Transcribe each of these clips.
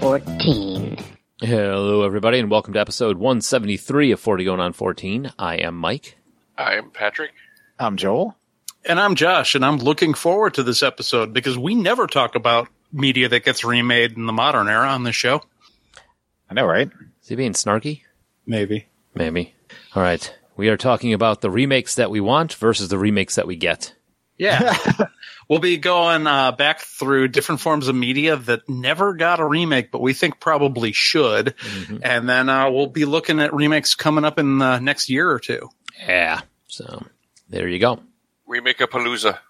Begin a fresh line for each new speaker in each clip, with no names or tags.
14.
Hello, everybody, and welcome to episode 173 of 40 Going on 14. I am Mike.
I'm Patrick.
I'm Um, Joel.
And I'm Josh, and I'm looking forward to this episode because we never talk about media that gets remade in the modern era on this show.
I know, right?
Is he being snarky?
Maybe.
Maybe. All right. We are talking about the remakes that we want versus the remakes that we get.
Yeah. we'll be going uh, back through different forms of media that never got a remake, but we think probably should.
Mm-hmm.
And then uh, we'll be looking at remakes coming up in the next year or two.
Yeah. So there you go.
Remake a Palooza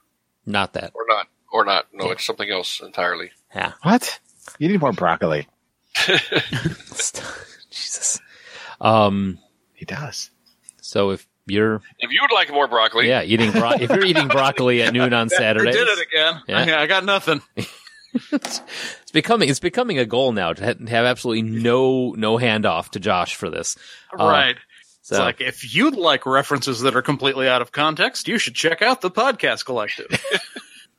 Not that.
or not. Or not. No, it's something else entirely.
Yeah.
What? You need more broccoli.
Jesus. Um,
He does.
so if you're,
If you would like more broccoli,
yeah, eating bro- if you're eating broccoli at noon on Saturday,
I did it again.
Yeah.
I, I got nothing.
It's becoming it's becoming a goal now to ha- have absolutely no no handoff to Josh for this. Uh,
right.
So
It's like if you'd like references that are completely out of context, you should check out the Podcast Collective.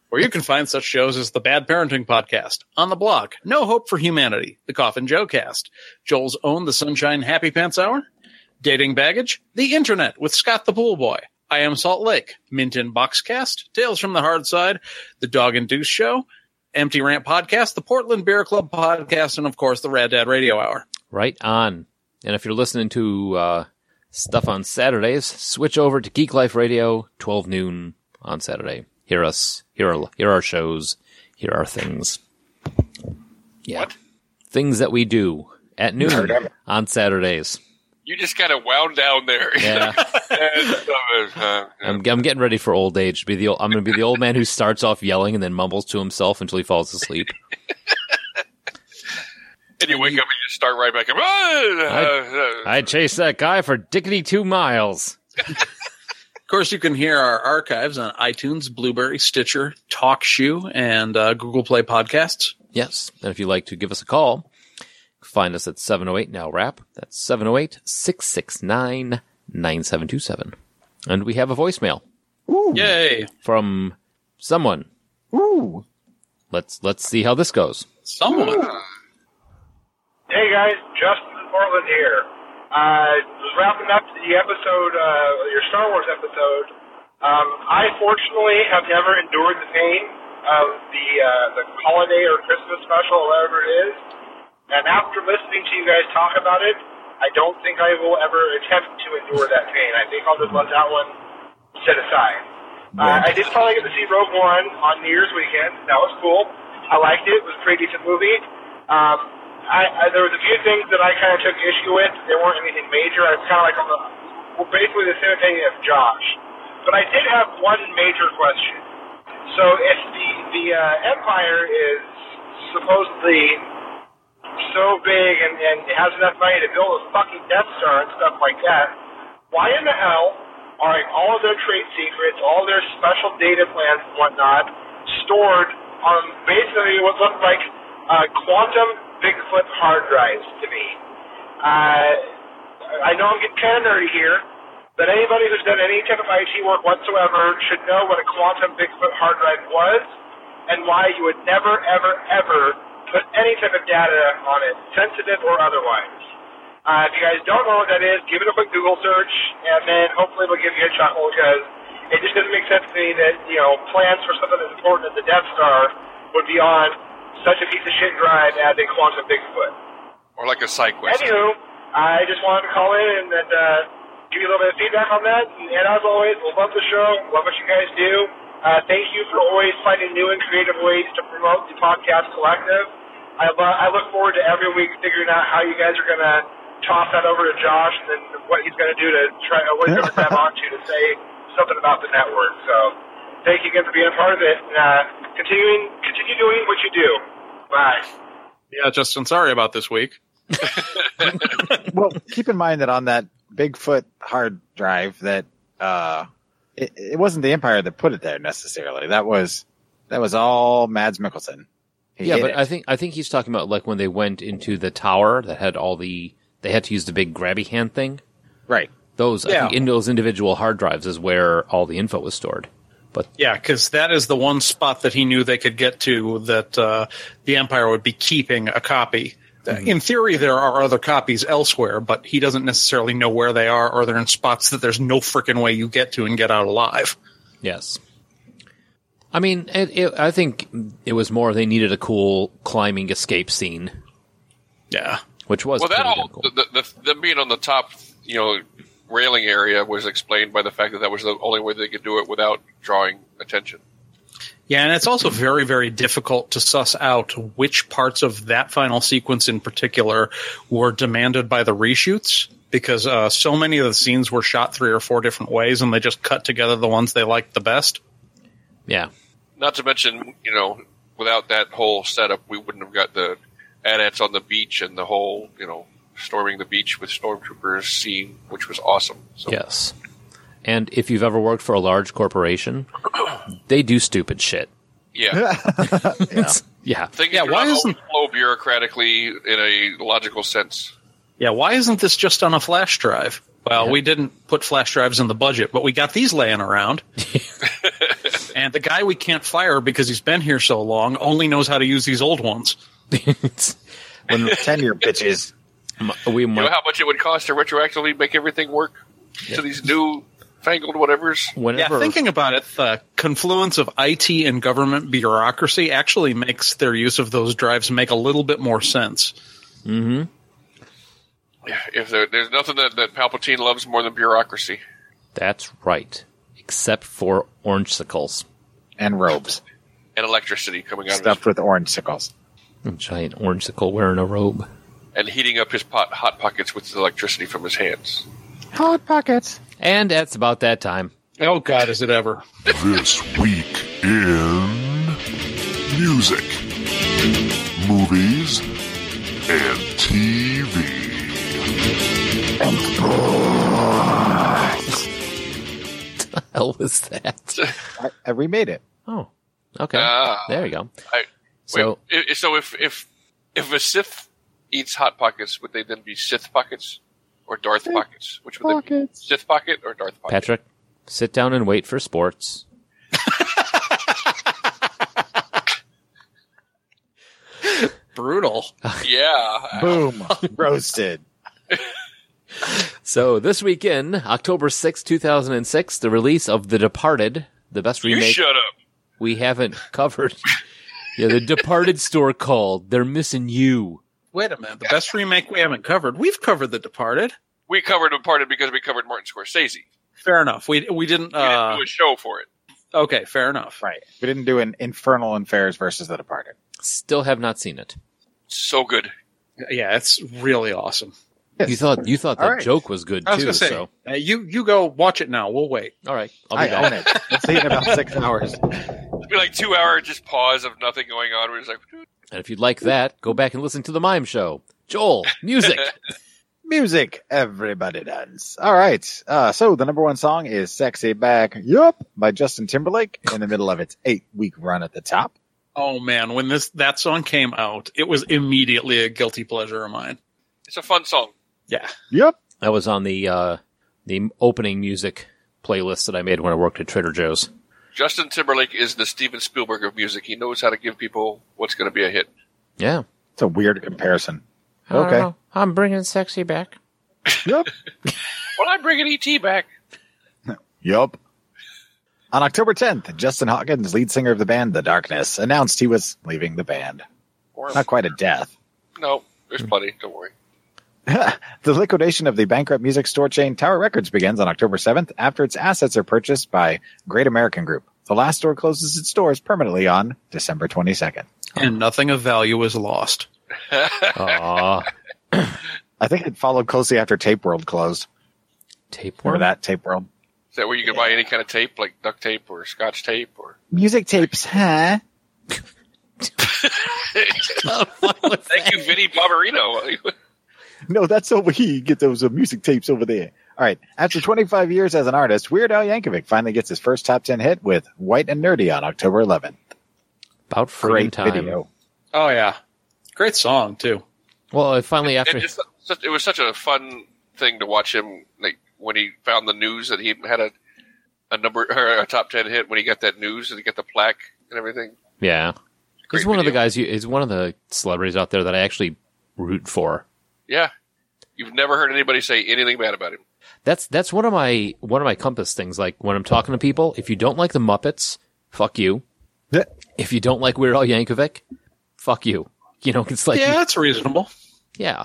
Where you can find such shows as the Bad Parenting Podcast, On the Block, No Hope for Humanity, The Coffin Joe Cast, Joel's Own The Sunshine Happy Pants Hour, Dating Baggage, The Internet with Scott the Pool Boy, I Am Salt Lake, Mint in Boxcast, Tales from the Hard Side, The Dog and Deuce Show, Empty Rant Podcast, The Portland Beer Club Podcast, and of course the Rad Dad Radio Hour.
right on. And if you're listening to uh, stuff on Saturdays, switch over to Geek Life Radio, twelve noon on Saturday. Hear us, hear our, hear our shows, hear our things. Yeah, things that we do at noon on Saturdays.
you just got to wound down there.
Yeah, Um,
And, uh, uh,
I'm, I'm getting ready for old age. To be the old, I'm going to be the old man who starts off yelling and then mumbles to himself until he falls asleep.
and you wake up and you start right back up. Ah, uh,
I chased that guy for dickety two miles.
Of course, you can hear our archives on iTunes, Blueberry, Stitcher, TalkShoe, and uh, Google Play Podcasts.
Yes. And if you'd like to give us a call, find us at 708 Now Rap. That's 708 669 9727. And we have a voicemail
Ooh.
Yay!
from someone.
Ooh.
Let's let's see how this goes.
Someone.
Hey guys, Justin in Portland here. I was wrapping up the episode, uh, your Star Wars episode. Um, I fortunately have never endured the pain of the uh, the holiday or Christmas special, or whatever it is. And after listening to you guys talk about it, I don't think I will ever attempt to endure that pain. I think I'll just let that one set aside. Uh, I did finally get to see Rogue One on New Year's weekend. That was cool. I liked it. It was a pretty decent movie. Um, I, I, there was a few things that I kind of took issue with. They weren't anything major. I was kind of like on the, well, basically the same opinion of Josh. But I did have one major question. So if the the uh, Empire is supposedly so big and, and has enough money to build a fucking Death Star and stuff like that, why in the hell are all of their trade secrets, all their special data plans and whatnot, stored on basically what looked like uh, quantum Bigfoot hard drives to me? Uh, I know I'm getting kind of nerdy here, but anybody who's done any type of IT work whatsoever should know what a quantum Bigfoot hard drive was and why you would never, ever, ever put any type of data on it, sensitive or otherwise. Uh, if you guys don't know what that is, give it a quick Google search, and then hopefully it'll give you a chuckle because it just doesn't make sense to me that you know plans for something as important as the Death Star would be on such a piece of shit drive as a quantum Bigfoot.
or like a side quest.
Anywho, I just wanted to call in and then, uh, give you a little bit of feedback on that. And, and as always, love the show, love what you guys do. Uh, thank you for always finding new and creative ways to promote the podcast collective. I, lo- I look forward to every week figuring out how you guys are going to toss that over to Josh and then what he's going to do to try, what he's going to grab onto to say something about the network. So thank you again for being a part of it. And, uh, continuing, continue doing what you do. Bye.
Yeah, Justin, sorry about this week.
Well, keep in mind that on that Bigfoot hard drive, that uh, it, it wasn't the Empire that put it there necessarily. That was that was all Mads Mikkelsen. He
yeah,
hid
but
it.
I think I think he's talking about like when they went into the tower that had all the they had to use the big grabby hand thing.
right.
Those I
Yeah.
think in those individual hard drives is where all the info was stored. But
Yeah, because that is the one spot that he knew they could get to that uh, the Empire would be keeping a copy. Uh, In theory, there are other copies elsewhere, but he doesn't necessarily know where they are, or they're in spots that there's no freaking way you get to and get out alive.
Yes. I mean, it, it, I think it was more they needed a cool climbing escape scene,
Yeah.
which was
Well, that
pretty
all
damn cool.
the, the, the them being on the top, you know, railing area was explained by the fact that that was the only way they could do it without drawing attention.
Yeah, and it's also very, very difficult to suss out which parts of that final sequence in particular were demanded by the reshoots because uh, so many of the scenes were shot three or four different ways and they just cut together the ones they liked the best.
yeah,
Not to mention, you know, without that whole setup, we wouldn't have got the adats on the beach and the whole, you know, storming the beach with stormtroopers scene, which was awesome. So,
yes. And if you've ever worked for a large corporation, they do stupid shit.
yeah.
Yeah,
Things
Yeah,
do
why
not
isn't-
always flow bureaucratically in a logical sense.
Yeah, why isn't this just on a flash drive? Well,
Yeah.
we didn't put flash drives in the budget, but we got these laying around. and the guy we can't fire because he's been here so long only knows how to use these old ones.
It's- when
Tenure bitches.
we
You
might,
know how much it would cost to retroactively make everything work to these new fangled whatevers?
Yeah,
whenever
thinking about it, the confluence of IT and government bureaucracy actually makes their use of those drives make a little bit more sense.
If there, there's nothing that, that Palpatine loves more than bureaucracy.
that's right, except for orange sickles,
And robes.
and electricity coming out of
Stuffed with orange sickles.
a giant orange sickle wearing a robe.
his, and heating up his pot, hot pockets with electricity from his hands.
Hot pockets.
And that's about that time.
Oh God, is it ever?
This week in music, movies, and TV.
Hell was that?
I, I remade it.
Oh, okay.
Ah.
there you go.
I,
So-
so, wait, i- so if if if a Sith eats hot pockets, would they then be Sith pockets or Darth pockets? Which would they be?
pockets.
Sith pocket or Darth pocket?
Patrick, sit down and wait for sports.
Brutal.
Yeah,
Boom. Roasted.
So this weekend, October sixth, two 2006, the release of The Departed, the best
you
remake
shut up.
we haven't covered. yeah, The Departed store called They're Missing You.
Wait a minute. The best remake we haven't covered. We've covered The Departed.
We covered Departed because we covered Martin Scorsese.
Fair enough. We we didn't.
We
Uh,
didn't do a show for it.
okay, fair enough.
Right. We didn't do an Infernal Affairs versus The Departed.
Still have not seen it.
So good.
Yeah, it's really awesome.
You thought you thought that
All right.
joke was good
I was
too.
gonna say,
so
uh, you you go watch it now. We'll wait.
all right, I'll be
I
back.
own it. It's taken about six hours.
It'd be like two hour just pause of nothing going on. We're just like,
And if you'd like that, go back and listen to the mime show. Joel, music.
Music, everybody dance. All right. Uh, so the number one song is Sexy Back Yup by Justin Timberlake in the middle of its eight week run at the top.
Oh man, when this that song came out, it was immediately a guilty pleasure of mine.
it's a fun song.
Yeah.
Yup.
that was on the uh, the opening music playlist that I made when I worked at Trader Joe's.
Justin Timberlake is the Steven Spielberg of music. He knows how to give people what's going to be a hit.
Yeah.
It's a weird comparison. Okay.
I'm bringing sexy back.
Yup.
Well, I'm bringing E.T. E back.
Yup. On October 10th, Justin Hawkins, lead singer of the band The Darkness, announced he was leaving the band.
Or-
Not quite a death.
No, there's plenty. Don't worry.
The liquidation of the bankrupt music store chain Tower Records begins on October 7th after its assets are purchased by Great American Group. The last store closes its doors permanently on December 22nd.
And nothing of value was lost.
Aw,
I think it followed closely after Tape World closed.
tapeworm.
Remember that Tape World?
Is that where you can buy any kind of tape, like duct tape or scotch tape or?
Music tapes, huh?
Thank you, Vinny Barbarino.
No, that's over here. You get those uh, music tapes over there. All right. After 25 years as an artist, Weird Al Yankovic finally gets his first top 10 hit with White and Nerdy on October 11th.
About friggin'
Great
time.
video.
Oh yeah, great song too.
Well, uh, finally
it,
after
just, such- it was such a fun thing to watch him, like when he found the news that he had a a number or a top ten hit when he got that news and he got the plaque and everything.
Yeah.
Great
he's one of the
video.
guys. You, he's one of the celebrities out there that I actually root for.
Yeah, you've never heard anybody say anything bad about him.
That's that's one of my one of my compass things. Like when I'm talking to people, if you don't like the Muppets, fuck you.
Yeah.
If you don't like Weird Al Yankovic, fuck you. You know, it's like
yeah, that's reasonable.
Yeah.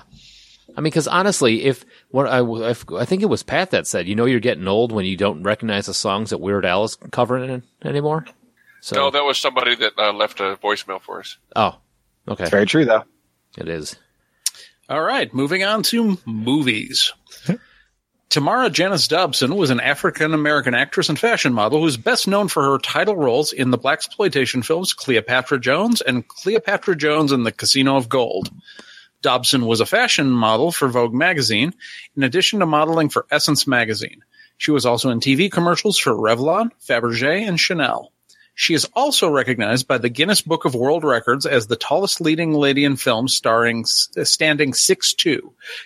I mean, because honestly, if what I, if, I think it was Pat that said, you know, you're getting old when you don't recognize the songs that Weird Al is covering an- anymore. So,
No, that was somebody that uh, left a voicemail for us.
oh, okay,
It's very true, though.
it is.
All right, moving on to movies. Tamara Janice Dobson was an African American actress and fashion model who's best known for her title roles in the black exploitation films Cleopatra Jones and Cleopatra Jones and the Casino of Gold. Dobson was a fashion model for Vogue magazine, in addition to modeling for Essence magazine. She was also in TV commercials for Revlon, Fabergé, and Chanel. She is also recognized by the Guinness Book of World Records as the tallest leading lady in film, starring standing 6'2".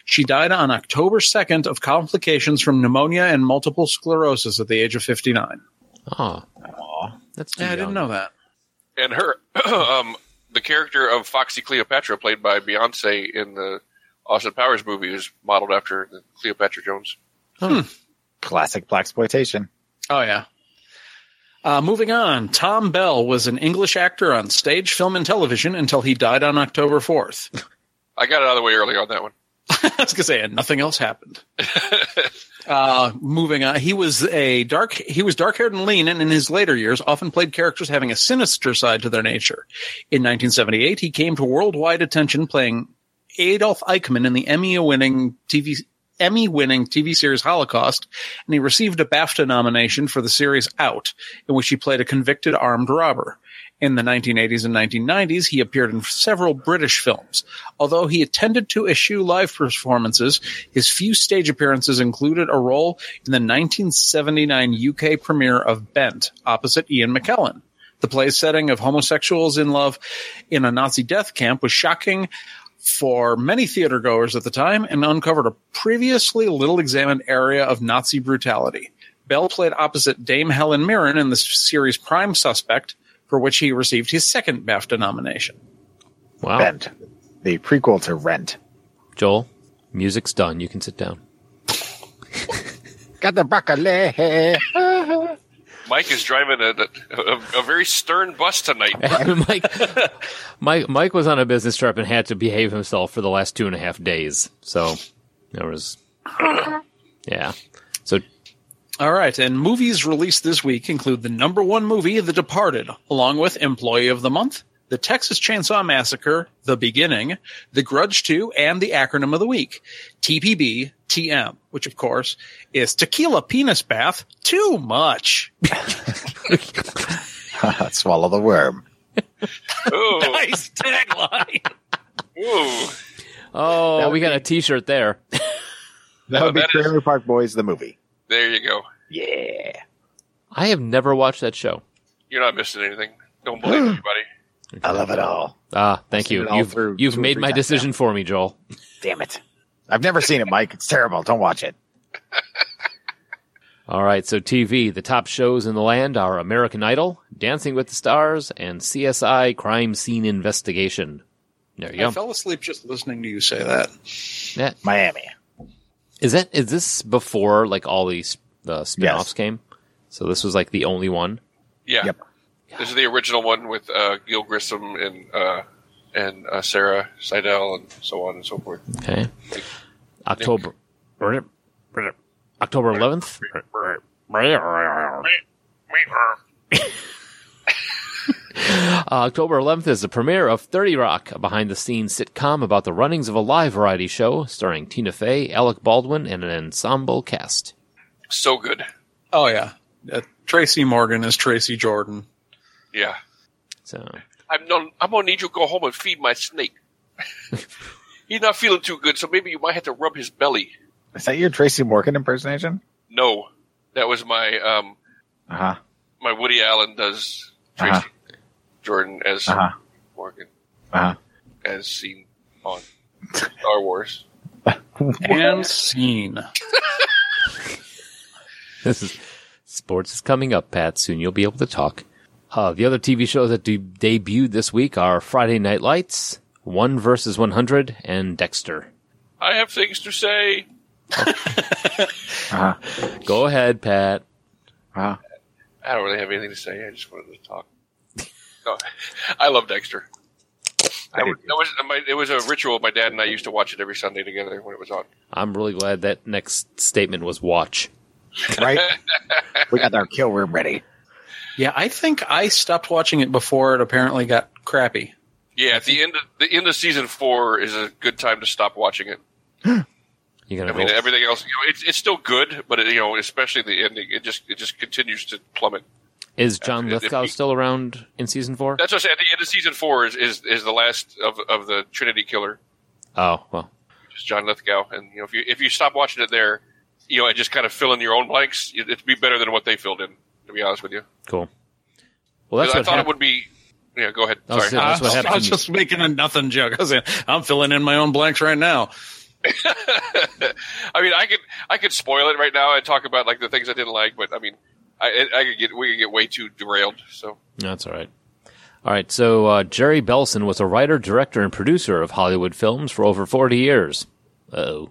She died on October 2nd of complications from pneumonia and multiple sclerosis at the age of 59.
Oh, that's too
Yeah, I didn't
young.
know that.
And her, um, the character of Foxy Cleopatra, played by Beyonce in the Austin Powers movie, is modeled after the Cleopatra Jones.
Classic black exploitation.
Oh yeah. Uh, moving on, Tom Bell was an English actor on stage, film, and television until he died on October 4th.
I got it out of the way early on that one.
I was gonna say, and nothing else happened. uh, moving on, he was a dark. He was dark-haired and lean, and in his later years, often played characters having a sinister side to their nature. In 1978, he came to worldwide attention playing Adolf Eichmann in the Emmy-winning TV Emmy-winning TV series Holocaust, and he received a BAFTA nomination for the series Out, in which he played a convicted armed robber. In the 1980s and 1990s, he appeared in several British films. Although he attended to issue live performances, his few stage appearances included a role in the 1979 UK premiere of Bent, opposite Ian McKellen. The play's setting of homosexuals in love in a Nazi death camp was shocking for many theater goers at the time and uncovered a previously little examined area of Nazi brutality. Bell played opposite Dame Helen Mirren in the series Prime Suspect, for which he received his second BAFTA nomination.
Wow,
Rent, the prequel to Rent.
Joel, music's done. You can sit down.
Got the broccoli.
Mike is driving a, a, a very stern bus tonight.
Mike, Mike, Mike was on a business trip and had to behave himself for the last two and a half days. So there was, yeah. So
All right, and movies released this week include the number one movie, The Departed, along with Employee of the Month, The Texas Chainsaw Massacre, The Beginning, The Grudge 2, and the acronym of the week, TPB TM, which of course is Tequila Penis Bath Too Much.
Swallow the worm.
Ooh,
Nice tagline.
ooh.
oh, we got a T-shirt there.
That would be
that is-
Trailer Park Boys, the movie.
There you go.
Yeah.
I have never watched that show.
You're not missing anything. Don't believe anybody.
I love it all.
Ah, thank
seen
you.
it all
You've,
through
you've
two or
made
three
my
times now.
decision for me, Joel.
Damn it. I've never seen it, Mike. It's terrible. Don't watch it.
All right, so TV, the top shows in the land are American Idol, Dancing with the Stars, and CSI Crime Scene Investigation. There you go.
I fell asleep just listening to you say that.
Yeah.
Miami.
Is that is this before like all these the spin-offs
Yes.
came? So this was like the only one.
Yeah.
Yep.
This is the original one with uh, Gil Grissom and uh, and uh, Sarah Seidel and so on and so forth.
Okay. October October 11th. Uh, October 11th is the premiere of 30 Rock, a behind the scenes sitcom about the runnings of a live variety show starring Tina Fey, Alec Baldwin, and an ensemble cast.
So good.
Oh yeah. Uh, Tracy Morgan is Tracy Jordan.
Yeah.
So,
I'm no, I'm gonna need you to go home and feed my snake. He's not feeling too good, so maybe you might have to rub his belly.
Is that your Tracy Morgan impersonation?
No, that was my um
Uh huh.
my Woody Allen does Tracy
Uh-huh.
Jordan as
Uh huh.
Morgan
Uh
as seen on Star Wars.
Uh-huh.
And scene.
this is Sports is coming up, Pat. Soon you'll be able to talk. Uh, the other TV shows that de- debuted this week are Friday Night Lights, One versus 100, and Dexter.
I have things to say.
Uh-huh.
Go ahead, Pat.
Wow.
I don't really have anything to say. I just wanted to talk. No, I love Dexter. I, would- that was my, it was a ritual. My dad and I used to watch it every Sunday together when it was on.
I'm really glad that next statement was watch.
Right? we got our kill room ready.
Yeah, I think I stopped watching it before it apparently got crappy.
Yeah, at the end of the end of season four is a good time to stop watching it.
You gonna
I mean,
go-
everything else, you know, it's it's still good, but it, you know, especially the ending, it just it just continues to plummet.
is John
if- if
Lithgow
he-
still around in season four?
That's what I said. At the end of season four is is, is the last of of the Trinity Killer,
Oh well,
which is John Lithgow, and you know, if you if you stop watching it there, you know, and just kind of fill in your own blanks, it, it'd be better than what they filled in. To be honest with you,
cool. Well, that's
I
what
thought it
happened.
would be. Yeah, go ahead.
I was
Sorry.
saying- That's what
I, was- Uh, I was
happened.
just making a nothing joke. I was saying, I'm filling in my own blanks right now.
I mean, I could I could spoil it right now and talk about like the things I didn't like, but I mean, I I could get we could get way too derailed. So
That's all right. All right. So uh, Jerry Belson was a writer, director, and producer of Hollywood films for over 40 years. Uh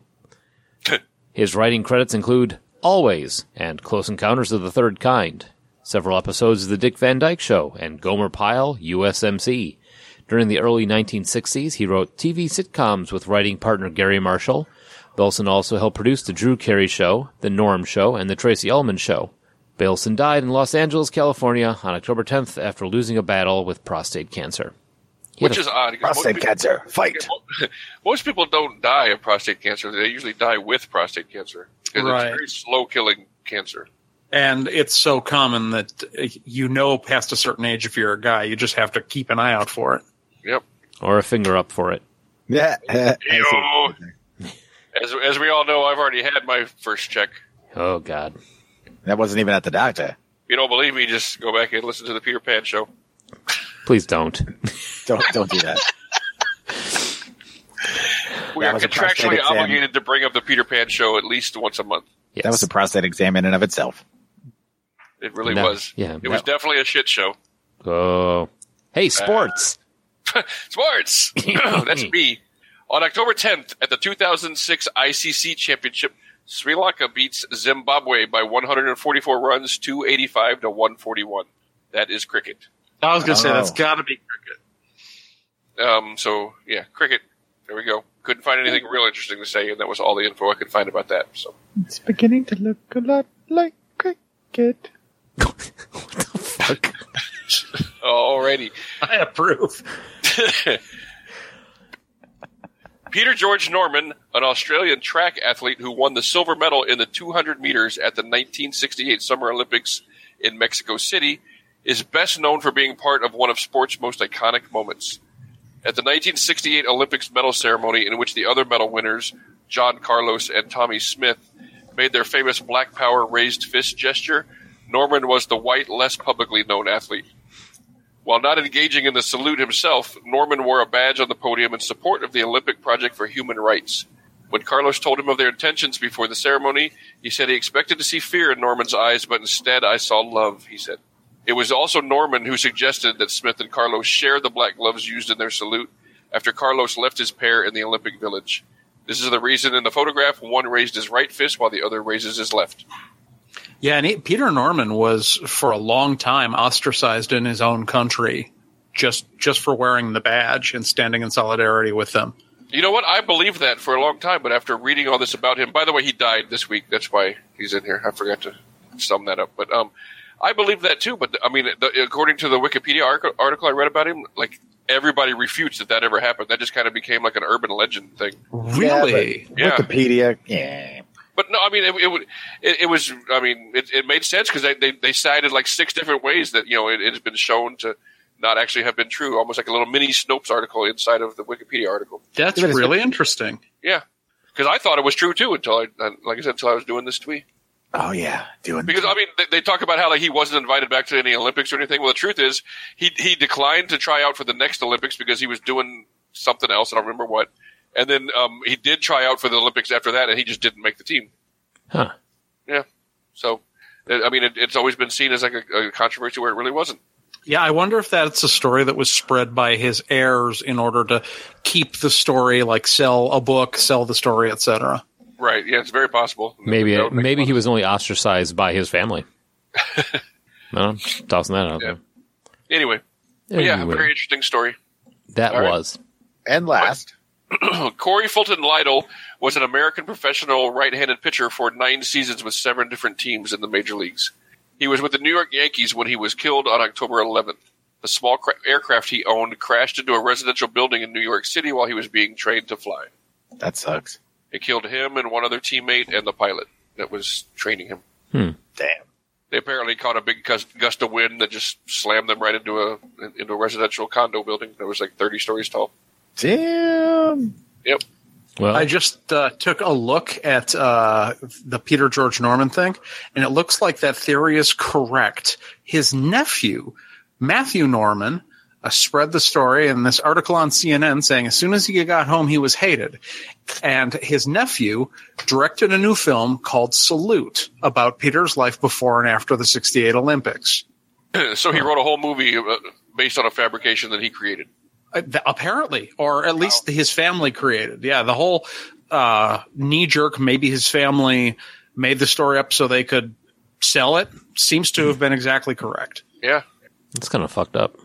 oh. His writing credits include Always and Close Encounters of the Third Kind, several episodes of The Dick Van Dyke Show, and Gomer Pyle, USMC. During the early 1960s, he wrote TV sitcoms with writing partner Gary Marshall. Belson also helped produce The Drew Carey Show, The Norm Show, and The Tracy Ullman Show. Belson died in Los Angeles, California on October 10th after losing a battle with prostate cancer. He had
which
a-
is odd. because most
Prostate
people-
cancer. Fight.
Most people don't die of prostate cancer. They usually die with prostate cancer. 'Cause
Right.
It's very slow killing cancer.
And it's so common that uh, you know past a certain age if you're a guy, you just have to keep an eye out for it.
Yep.
or a finger up for it.
Yeah. I see.
Yo. As, as we all know, I've already had my first check.
Oh God.
That wasn't even at the doctor.
If you don't believe me, just go back and listen to the Peter Pan show.
Please don't.
Don't don't do that.
We
That
are
was a prostate
contractually
exam.
obligated to bring up the Peter Pan show at least once a month.
Yes.
That was a prostate exam in and of itself.
It really
No.
was.
Yeah,
It was
no.
definitely a shit show.
Oh. Hey,
Uh,
sports.
Sports. That's me. On October 10th at the 2006 ICC Championship, Sri Lanka beats Zimbabwe by 144 runs, 285 to 141. That is cricket.
I was going to say,
Oh.
that's got to be cricket.
Um, so yeah, cricket. There we go. Couldn't find anything real interesting to say, and that was all the info I could find about that. So
It's beginning to look a lot like cricket.
what the fuck?
alrighty.
I approve.
Peter George Norman, an Australian track athlete who won the silver medal in the 200 meters at the 1968 Summer Olympics in Mexico City, is best known for being part of one of sport's most iconic moments. At the 1968 Olympics medal ceremony, in which the other medal winners, John Carlos and Tommy Smith, made their famous Black Power raised fist gesture, Norman was the white, less publicly known athlete. While not engaging in the salute himself, Norman wore a badge on the podium in support of the Olympic Project for Human Rights. When Carlos told him of their intentions before the ceremony, he said he expected to see fear in Norman's eyes, but instead I saw love, he said. It was also Norman who suggested that Smith and Carlos share the black gloves used in their salute after Carlos left his pair in the Olympic Village. This is the reason in the photograph one raised his right fist while the other raises his left.
Yeah, and he, Peter Norman was for a long time ostracized in his own country just just for wearing the badge and standing in solidarity with them.
You know what? I believed that for a long time, but after reading all this about him, by the way, he died this week. That's why he's in here. I forgot to sum that up, but um, I believed that too. But I mean, the, according to the Wikipedia arc- article I read about him, like everybody refutes that that ever happened. That just kind of became like an urban legend thing.
Really?
but
Yeah.
Wikipedia. Yeah.
But no, I mean, it, it, would- it, it was. I mean, it, it made sense because they, they they cited like six different ways that you know it, it has been shown to not actually have been true. Almost like a little mini Snopes article inside of the Wikipedia article.
That's
Even if-
really interesting.
Yeah, because I thought it was true too until I, I- like I said, until I was doing this tweet.
Oh yeah. Doing
Because I mean, they, they talk about how like he wasn't invited back to any Olympics or anything. Well, the truth is, he he declined to try out for the next Olympics because he was doing something else. I don't remember what. And then um, he did try out for the Olympics after that, and he just didn't make the team.
Huh.
Yeah. So I mean, it, it's always been seen as like a, a controversy where it really wasn't.
Yeah, I wonder if that's a story that was spread by his heirs in order to keep the story, like sell a book, sell the story, etc.
Right? Yeah, it's very possible.
Maybe
That would make
maybe
sense.
he was only ostracized by his family. no, I'm just tossing that out
Yeah.
there.
Anyway, but yeah,
Anyway,
a very interesting story.
that
all right.
was
And last,
Corey Fulton Lytle was an American professional right-handed pitcher for nine seasons with seven different teams in the major leagues. He was with the New York Yankees when he was killed on October 11th. The small cra- aircraft he owned crashed into a residential building in New York City while he was being trained to fly.
that sucks.
It killed him and one other teammate and the pilot that was training him.
Damn.
They apparently caught a big gust, gust of wind that just slammed them right into a into a residential condo building that was like 30 stories tall.
Damn.
Yep.
well.
I just uh, took a look at uh, the Peter George Norman thing, and it looks like that theory is correct. His nephew, Matthew Norman, uh, spread the story in this article on CNN saying as soon as he got home, he was hated. And his nephew directed a new film called Salute about Peter's life before and after the 68 Olympics.
so he wrote a whole movie uh, based on a fabrication that he created.
Uh, th- apparently, or at least his family created. Yeah, the whole uh, knee jerk. Maybe his family made the story up so they could sell it. Seems to have been exactly correct.
Yeah.
it's kind of fucked up.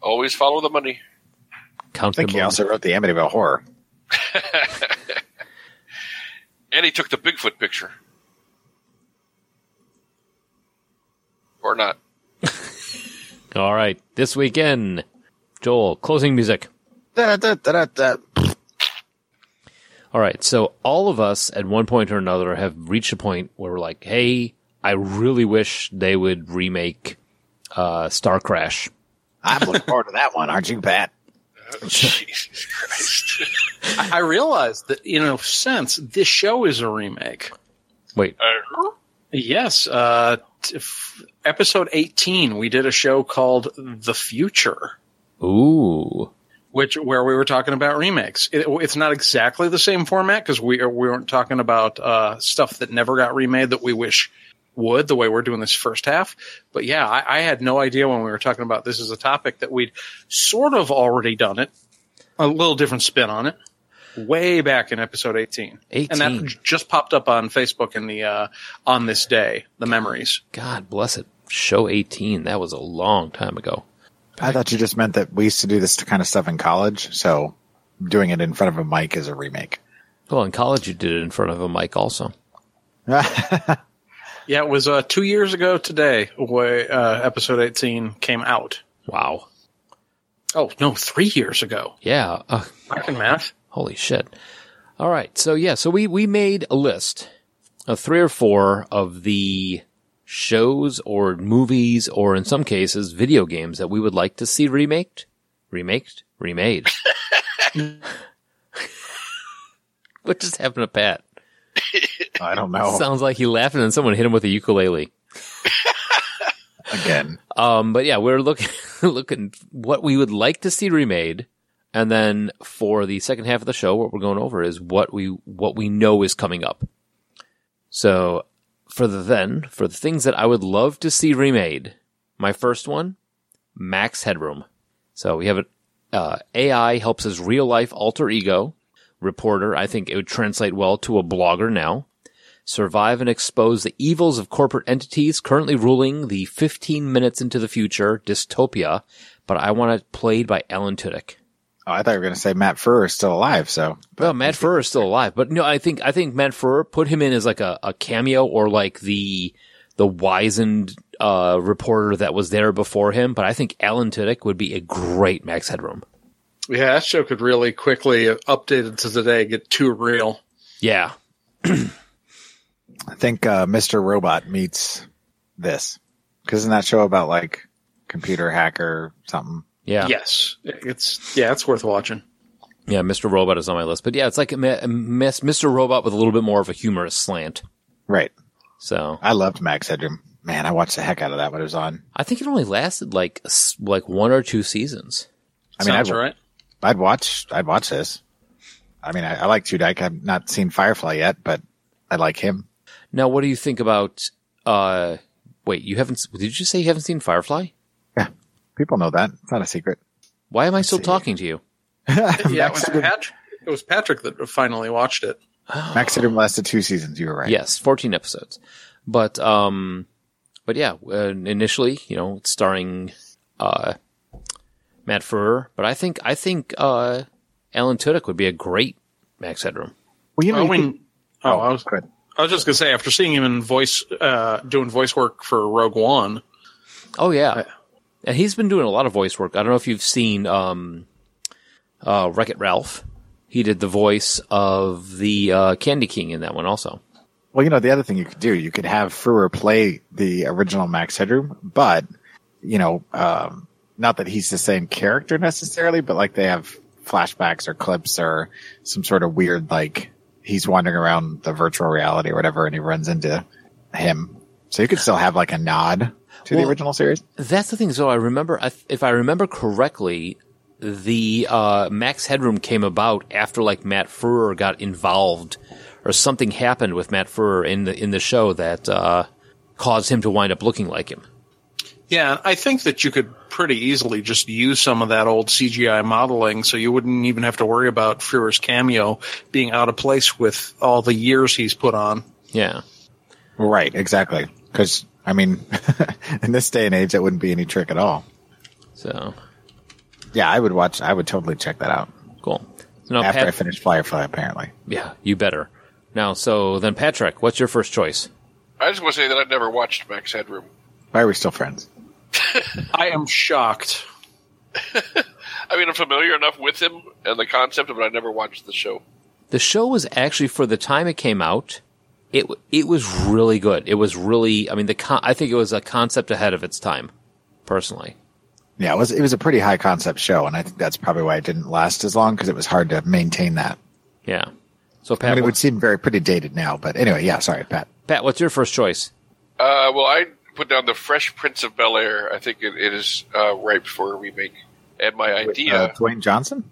Always follow the money.
Count
I think
the
he
money.
also wrote the Amityville Horror.
And he took the Bigfoot picture. Or not.
All right, this weekend, Joel, closing music.
Da, da, da, da, da.
All right, so all of us at one point or another have reached a point where we're like, "Hey, I really wish they would remake uh, Star Crash."
I'm looking forward to that one, aren't you, Pat?
Jesus Christ.
I, I realize that in a sense, this show is a remake.
Wait,
Yes, uh, t- f- episode eighteen, we did a show called The Future.
ooh,
which where we were talking about remakes. It, it's not exactly the same format because we are, we weren't talking about uh, stuff that never got remade that we wish would the way we're doing this first half. But yeah, I, I had no idea when we were talking about this as a topic that we'd sort of already done it, a little different spin on it, way back in episode eighteen,
18.
and that j- just popped up on Facebook in the uh, on this day the memories.
God bless it. Show eighteen. That was a long time ago.
I thought you just meant that we used to do this kind of stuff in college, so doing it in front of a mic is a remake.
Well, in college, you did it in front of a mic, also.
Yeah, it was uh, two years ago today. Way, uh, episode eighteen came out.
Wow.
Oh no, three years ago.
Yeah. Uh,
Fucking math.
Holy shit. All right. So yeah, so we we made a list of three or four of the shows or movies or in some cases video games that we would like to see remaked, remaked, remade. what just happened to Pat?
I don't know.
Sounds like he laughed and then someone hit him with a ukulele.
Again,
Um, but yeah, we're looking looking what we would like to see remade, and then for the second half of the show, what we're going over is what we what we know is coming up. So for the then for the things that I would love to see remade, my first one, Max Headroom. So we have an uh, AI helps his real life alter ego reporter. I think it would translate well to a blogger now survive and expose the evils of corporate entities currently ruling the 15 minutes into the future dystopia, but I want it played by Alan Tudyk.
oh, I thought you were going to say Matt Furr is still alive. So,
Well, Matt Furrer is still alive, but no, I think I think Matt Furrer put him in as like a, a cameo or like the the wizened uh, reporter that was there before him. But I think Alan Tudyk would be a great Max Headroom.
Yeah, that show could really quickly uh, updated to today get too real.
Yeah,
I think uh, Mr. Robot meets this because isn't that show about like computer hacker something?
yeah,
Yes, it's yeah, it's worth watching.
yeah. Mr. Robot is on my list, but yeah, it's like a, ma- a mess- Mr. Robot with a little bit more of a humorous slant.
Right.
So
I loved Max Headroom. Man, I watched the heck out of that when it was on.
I think it only lasted like s- like one or two seasons.
I mean,
Sounds
I'd,
right.
I'd watch. I'd watch this. I mean, I, I like Tudyk. I've not seen Firefly yet, but I like him.
Now, what do you think about uh, Wait, you haven't? s- Did you say you haven't seen Firefly?
People know that. It's not a secret.
Why am I still
see.
talking to you?
yeah, it was,
Mexican-
Patrick, it was Patrick that finally watched it.
Max Headroom lasted two seasons. You were right.
Yes, 14 episodes. But um but yeah, uh, initially, you know, it's starring uh Matt Furrer, but I think I think uh Alan Tudyk would be a great Max Headroom.
Well, you know,
Well,
you
when-
could-
oh, I was
good.
I was just gonna say after seeing him in voice uh, doing voice work for Rogue One,
Oh yeah. And he's been doing a lot of voice work. I don't know if you've seen um uh Wreck-It Ralph. He did the voice of the uh Candy King in that one also.
Well, you know, the other thing you could do, you could have Frewer play the original Max Headroom, but you know, um, not that he's the same character necessarily, but like they have flashbacks or clips or some sort of weird, like he's wandering around the virtual reality or whatever, and he runs into him. So you could still have like a nod to
Well-
the original series.
That's the thing. So I remember, I th- if I remember correctly, the uh, Max Headroom came about after like Matt Furrer got involved, or something happened with Matt Furrer in the in the show that uh, caused him to wind up looking like him.
yeah, I think that you could pretty easily just use some of that old CGI modeling, so you wouldn't even have to worry about Fuhrer's cameo being out of place with all the years he's put on.
Yeah,
Right. Exactly. Cause I mean, in this day and age, that wouldn't be any trick at all.
so
Yeah. I would watch, I would totally check that out
cool. So now,
after I
Pat-
finish Firefly, apparently.
yeah, you better. Now, so then, Patrick, what's your first choice?
I just want to say that I've never watched Max Headroom.
Why are we still friends?
I am shocked.
I mean, I'm familiar enough with him and the concept, but I never watched the show.
The show was actually for the time it came out. It w- it was really good. It was really. I mean, the con- I think it was a concept ahead of its time. Personally,
Yeah, it was it was a pretty high concept show, and I think that's probably why it didn't last as long because it was hard to maintain that.
yeah. So
I
Pat,
mean, it
wha-
would seem very pretty dated now, but anyway, yeah. Sorry, Pat.
Pat, what's your first choice?
Uh, well, I put down the Fresh Prince of Bel Air. I think it, it is uh, ripe for a remake. And my
Uh,
idea,
Dwayne Johnson.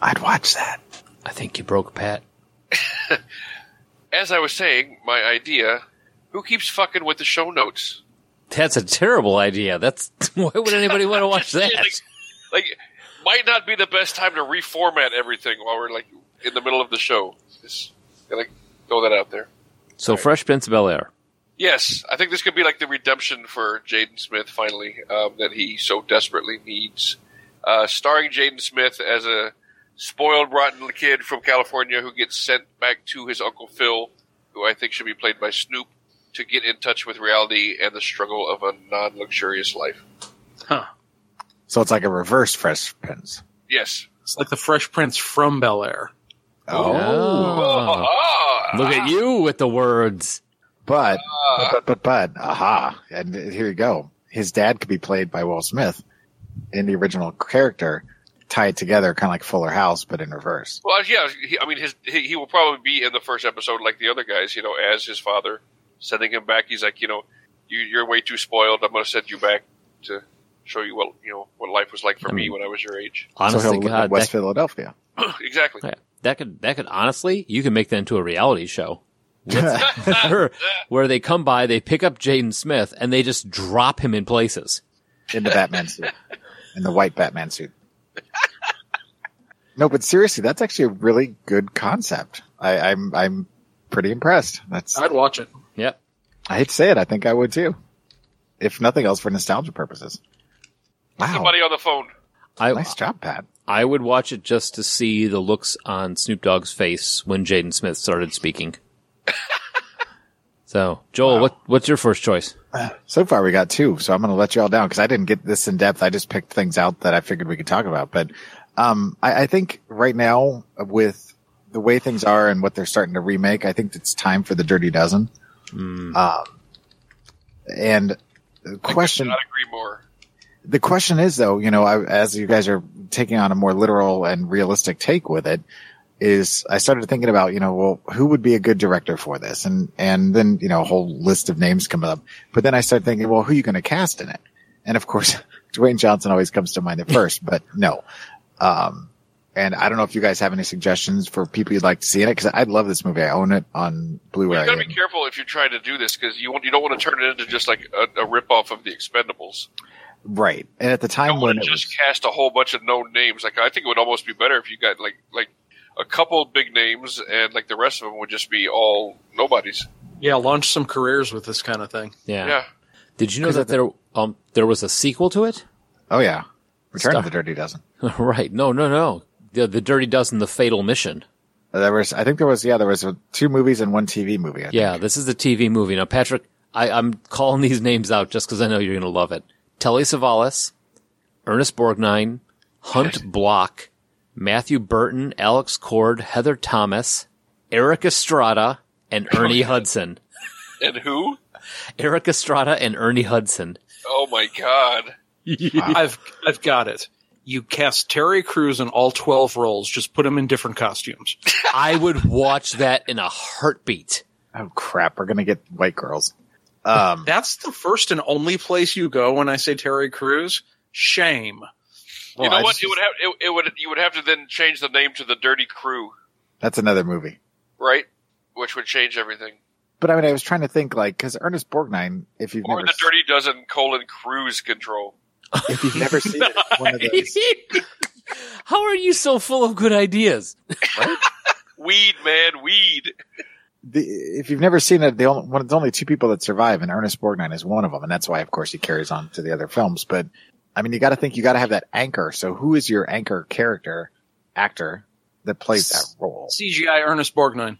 I'd watch that.
I think you broke Pat.
as I was saying, my idea. Who keeps fucking with the show notes?
That's a terrible idea. That's why would anybody want to watch that?
Like, might not be the best time to reformat everything while we're like in the middle of the show. Just gonna throw that out there.
So Fresh Prince of Bel Air.
Yes, I think this could be like the redemption for Jaden Smith finally um, that he so desperately needs. Uh, starring Jaden Smith as a spoiled, rotten kid from California who gets sent back to his uncle Phil, who I think should be played by Snoop, to get in touch with reality and the struggle of a non-luxurious life.
Huh.
So it's like a reverse Fresh Prince.
Yes.
It's like the Fresh Prince from Bel Air.
Oh.
Ah,
Look at you with the words.
But but but but, but aha! And here you go. His dad could be played by Will Smith in the original character, tied together, kind of like Fuller House, but in reverse.
Well, yeah. He, I mean, his he, he will probably be in the first episode like the other guys. You know, as his father sending him back. He's like, you know, you, you're way too spoiled. I'm going to send you back to show you what you know what life was like for me when I was your age.
so
Honestly,
he'll live in
God,
West
that,
Philadelphia.
exactly.
yeah, that could that could honestly, you could make that into a reality show. Where- where they come by, they pick up Jaden Smith, and they just drop him in places.
in the Batman suit, in the white Batman suit. No, but seriously, that's actually a really good concept. I, I'm I'm pretty impressed. That's
I'd watch it.
Yep.
I hate to say it, I think I would too, if nothing else for nostalgia purposes. Wow,
Somebody on the phone.
I,
nice job, Pat.
I would watch it just to see the looks on Snoop Dogg's face when Jaden Smith started speaking. so, Joel, what what's your first choice?
So far, we got two, so I'm going to let you all down because I didn't get this in depth. I just picked things out that I figured we could talk about. But um, I, I think right now, with the way things are and what they're starting to remake, I think it's time for the Dirty Dozen. Um, and the question,
Not agree more.
the question is though, you know, I, as you guys are taking on a more literal and realistic take with it, is I started thinking about, you know, well, who would be a good director for this? And, and then, you know, a whole list of names come up. But then I started thinking, well, who are you going to cast in it? And of course, Dwayne Johnson always comes to mind at first, but no. Um, And I don't know if you guys have any suggestions for people you'd like to see in it because I love this movie. I own it on Blu-ray.
You gotta
and-
be careful if you're trying to do this because you want, you don't want to turn it into just like a, a ripoff of the Expendables.
Right. And at the
I
time when
want
it
to
was,
just cast a whole bunch of known names. Like I think it would almost be better if you got like like a couple big names and like the rest of them would just be all nobodies.
Yeah, launch some careers with this kind of thing.
Yeah.
Yeah.
Did you know that there um there was a sequel to it?
oh yeah, Return
Star-
of the Dirty Dozen.
right. No, no, no. The, the Dirty Dozen, The Fatal Mission.
There was, I think there was, yeah, there was uh, two movies and one TV movie. I think.
Yeah, this is a TV movie. Now, Patrick, I, I'm calling these names out just because I know you're going to love it. Telly Savalas, Ernest Borgnine, Hunt Block, Matthew Burton, Alex Cord, Heather Thomas, Eric Estrada, and Ernie Hudson.
And who?
Eric Estrada and Ernie Hudson.
Oh my god.
I've I've got it. You cast Terry Crews in all twelve roles. Just put him in different costumes.
I would watch that in a heartbeat.
Oh crap, we're gonna get white girls. Um,
That's the first and only place you go when I say Terry Crews. Shame.
you know
I
what?
just-
it would have it, it would you would have to then change the name to the Dirty Crew,
that's another movie.
right? Which would change everything.
But I mean, I was trying to think like because Ernest Borgnine, if you've
Or
never
the Dirty Dozen colon cruise control.
if you've never seen it, it's one of those.
How are you so full of good ideas?
Weed, man, weed.
The, if you've never seen it, the only one of the only two people that survive, and Ernest Borgnine is one of them, and that's why, of course, he carries on to the other films. But I mean, you got to think you got to have that anchor. So who is your anchor character actor that plays that role?
CGI Ernest Borgnine.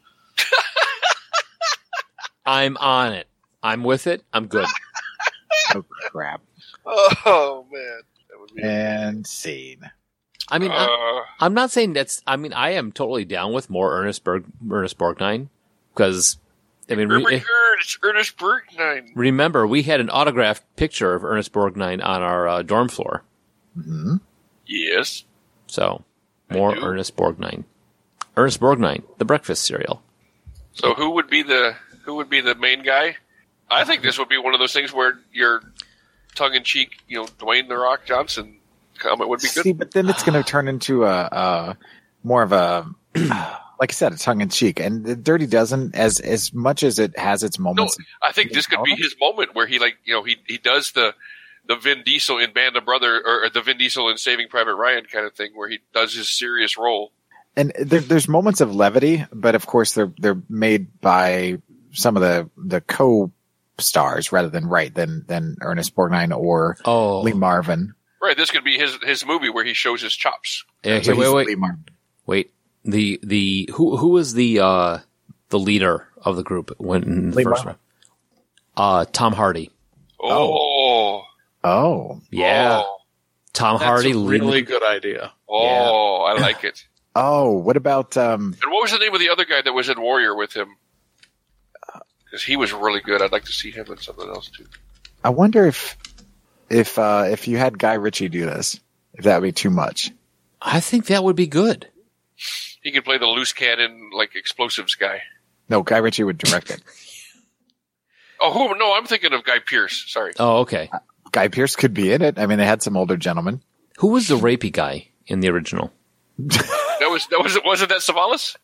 I'm on it. I'm with it. I'm good.
Oh crap!
Oh man, that would be.
And scene.
I mean, I-
Uh,
I'm not saying that's. I mean, I am totally down with more Ernest Berg, Ernest Borgnine because I mean,
oh my
re-
god, it's Ernest Borgnine.
remember we had an autographed picture of Ernest Borgnine on our uh, dorm floor,
Yes.
so more
do.
Ernest Borgnine. Ernest Borgnine, the breakfast cereal.
So who would be the who would be the main guy? I think this would be one of those things where your tongue in cheek, you know, Dwayne the Rock Johnson comment would be
See,
good.
but then it's going to turn into a, a more of a, like I said, a tongue in cheek. And the Dirty Dozen, as as much as it has its
No,
moments,
I think this could be his moment where he like you know he he does the the Vin Diesel in Band of Brother or, or the Vin Diesel in Saving Private Ryan kind of thing where he does his serious role.
and there, there's moments of levity, but of course they're they're made by some of the the co stars rather than right than than Ernest Borgnine or
Oh,
Lee Marvin.
Right, this could be his his movie where he shows his chops.
yeah,
So
here, wait,
he's
wait,
Lee Marvin.
wait. The the who who was the uh the leader of the group when in the
Lee
first
Marvin.
one? Uh, Tom Hardy.
Oh,
Oh,
Yeah,
Oh,
Tom
That's
Hardy.
a
lead-
really good idea.
Oh, I like it.
oh, what about um?
And what was the name of the other guy that was in Warrior with him? Because he was really good. I'd like to see him in something else too.
I wonder if if uh if you had Guy Ritchie do this, if that would be too much.
I think that would be good.
He could play the loose cannon, like explosives guy.
No, Guy Ritchie would direct it.
Oh, who? No, I'm thinking of Guy Pierce. Sorry,
Oh, okay.
Guy Pierce could be in it. I mean, they had some older gentlemen.
Who was the rapey guy in the original?
that was that was wasn't that Savalas?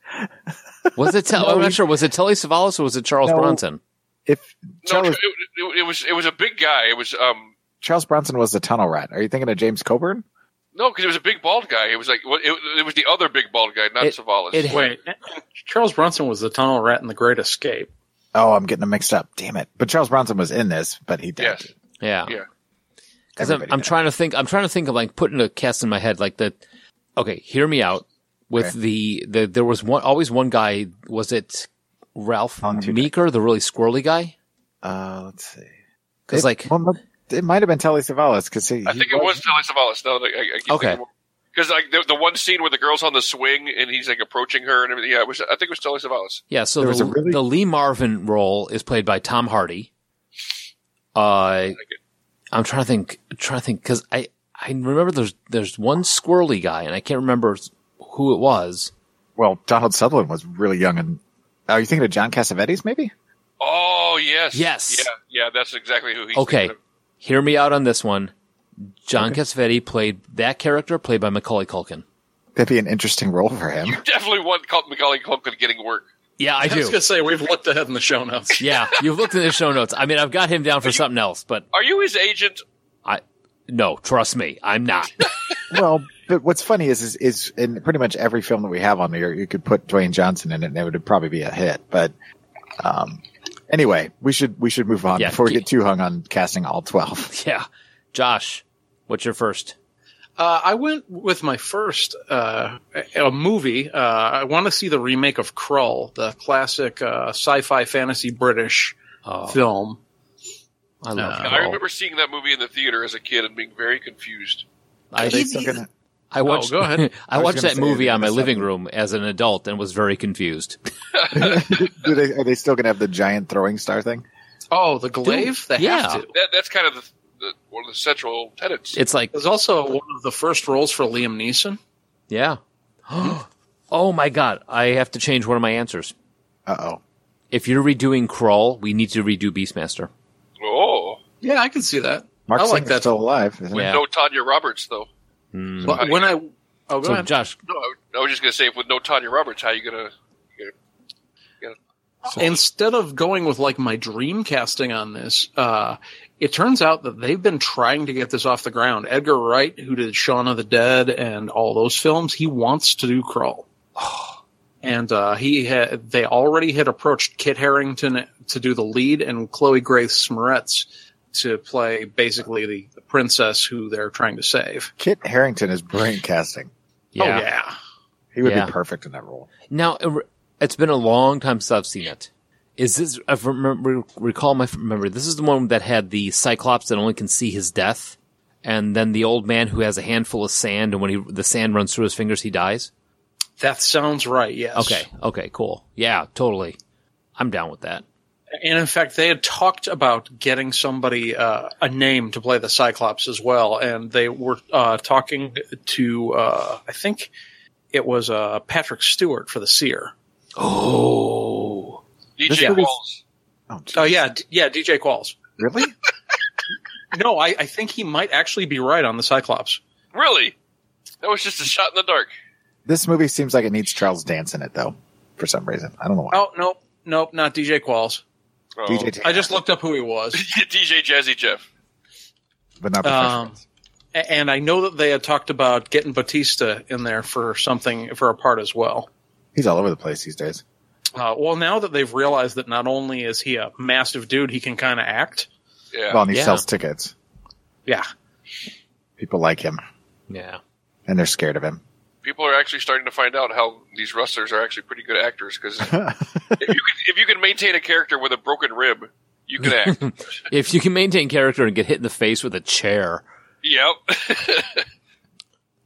Was it? Tel- I'm not sure. Was it Telly Savalas or was it Charles
No.
Bronson?
If
No, it,
Charles,
it- it was it was a big guy. It was um
Charles Bronson was the tunnel rat, are you thinking of James Coburn?
no, because it was a big bald guy. It was like what- it, it was the other big bald guy, not
It-
Savalas.
it-
Wait, Charles Bronson was the tunnel rat in The Great Escape.
Oh, I'm getting them mixed up. Damn it! But Charles Bronson was in this, but he died.
yes,
Yeah.
yeah.
'Cause I'm,
Everybody
I'm
died.
trying to think. I'm trying to think of like putting a cast in my head like the. Okay, hear me out. With
Okay.
the the there was one always one guy. Was it Ralph
On to
Meeker, the really squirrely guy?
Uh, let's see.
Because
It-
like
well, it might have been Telly Savalas because he.
I
he
think it was Telly Savalas. No, I, I keep
Okay.
Because like the, the one scene where the girl's on the swing and he's like approaching her and everything. Yeah, it was, I think it was Telly Savalas.
yeah. So
there was
the,
a really-
the Lee Marvin role is played by Tom Hardy. Uh, I'm trying to think. Trying to think because I I remember there's there's one squirrely guy and I can't remember who it was.
Well, Donald Sutherland was really young, and oh, you thinking of John Cassavetes? Maybe.
Oh yes,
Yes.
yeah, yeah. That's exactly who he's.
Okay,
thinking of.
hear me out on this one. John Cassavetti played that character played by Macaulay Culkin.
That'd be an interesting role for him.
Definitely want Cul- Macaulay Culkin getting work.
Yeah, I
I was
do.
gonna say we've looked ahead in the show notes.
Yeah, you've looked at the show notes. I mean, I've got him down for something else, but
Are you his agent?
I no, trust me, I'm not.
well, but what's funny is, is, is in pretty much every film that we have on here, you could put Dwayne Johnson in it and it would probably be a hit. But, um, anyway, we should, we should move on
Yeah,
before we
keep-
get too hung on casting all 12.
Yeah, Josh, what's your first?
Uh, I went with my first uh, a a movie. Uh, I want to see the remake of Krull, the classic uh, sci-fi fantasy British uh, film.
I love
Uh,
Krull.
I remember seeing that movie in the theater as a kid and being very confused.
I,
Are they still gonna-
I watched.
go ahead.
I,
was
watched
gonna
that
say
movie
they're
on my
gonna
living room as an adult and was very confused.
do they, are they still going to have the giant throwing star thing?
Oh, the Glaive. They
yeah.
have to.
That, that's kind of the, the, one of the central tenets.
It's like,
It was also one of the first roles for Liam Neeson.
yeah. oh my god, I have to change one of my answers.
Uh oh.
If you're redoing Crawl, we need to redo Beastmaster.
oh,
Yeah, I can see that.
Mark
I like
Singer's
that.
still alive. Isn't
Yeah.
he?
no Tanya Roberts though.
But when I oh, go
So,
ahead.
Josh,
No, I, I was just gonna say with no Tanya Roberts, how you gonna?
instead of going with like my dream casting on this, uh, it turns out that they've been trying to get this off the ground. Edgar Wright, who did Shaun of the Dead and all those films, he wants to do Crawl. And uh, he ha- they already had approached Kit Harrington to do the lead and Chloe Grace Moretz to play basically the, the princess who they're trying to save.
Kit Harrington is brilliant casting.
yeah.
Oh yeah.
He would
Yeah.
be perfect in that role.
Now er- it's been a long time since I've seen it. Is this? I remember, recall my remember. This is the one that had the Cyclops that only can see his death, and then the old man who has a handful of sand, and when he the sand runs through his fingers, he dies.
That sounds right, yes.
Okay. Okay. Cool. Yeah. Totally. I'm down with that.
And in fact, they had talked about getting somebody uh, a name to play the Cyclops as well, and they were uh, talking to uh, I think it was uh, Patrick Stewart for the Seer.
Oh.
DJ
movie's-
Walls.
Oh, geez.
Oh yeah, d- yeah, DJ Qualls.
really?
No, I, I think he might actually be right on the Cyclops.
Really? That was just a shot in the dark.
This movie seems like it needs Charles Dance in it, though, for some reason. I don't know why.
Oh no, nope, not DJ Qualls.
Oh.
DJ Dance,
I just looked up who he was,
DJ Jazzy Jeff.
but not the
um,
first
A- and I know that they had talked about getting Batista in there for something for a part as well.
He's all over the place these days.
Uh, well, now that they've realized that not only is he a massive dude, he can kind of act.
Yeah.
Well, and he
Yeah.
sells tickets.
Yeah.
People like him,
Yeah.
and they're scared of him.
People are actually starting to find out how these wrestlers are actually pretty good actors because if, you can- if you can maintain a character with a broken rib, you can act.
If you can maintain character and get hit in the face with a chair.
yep.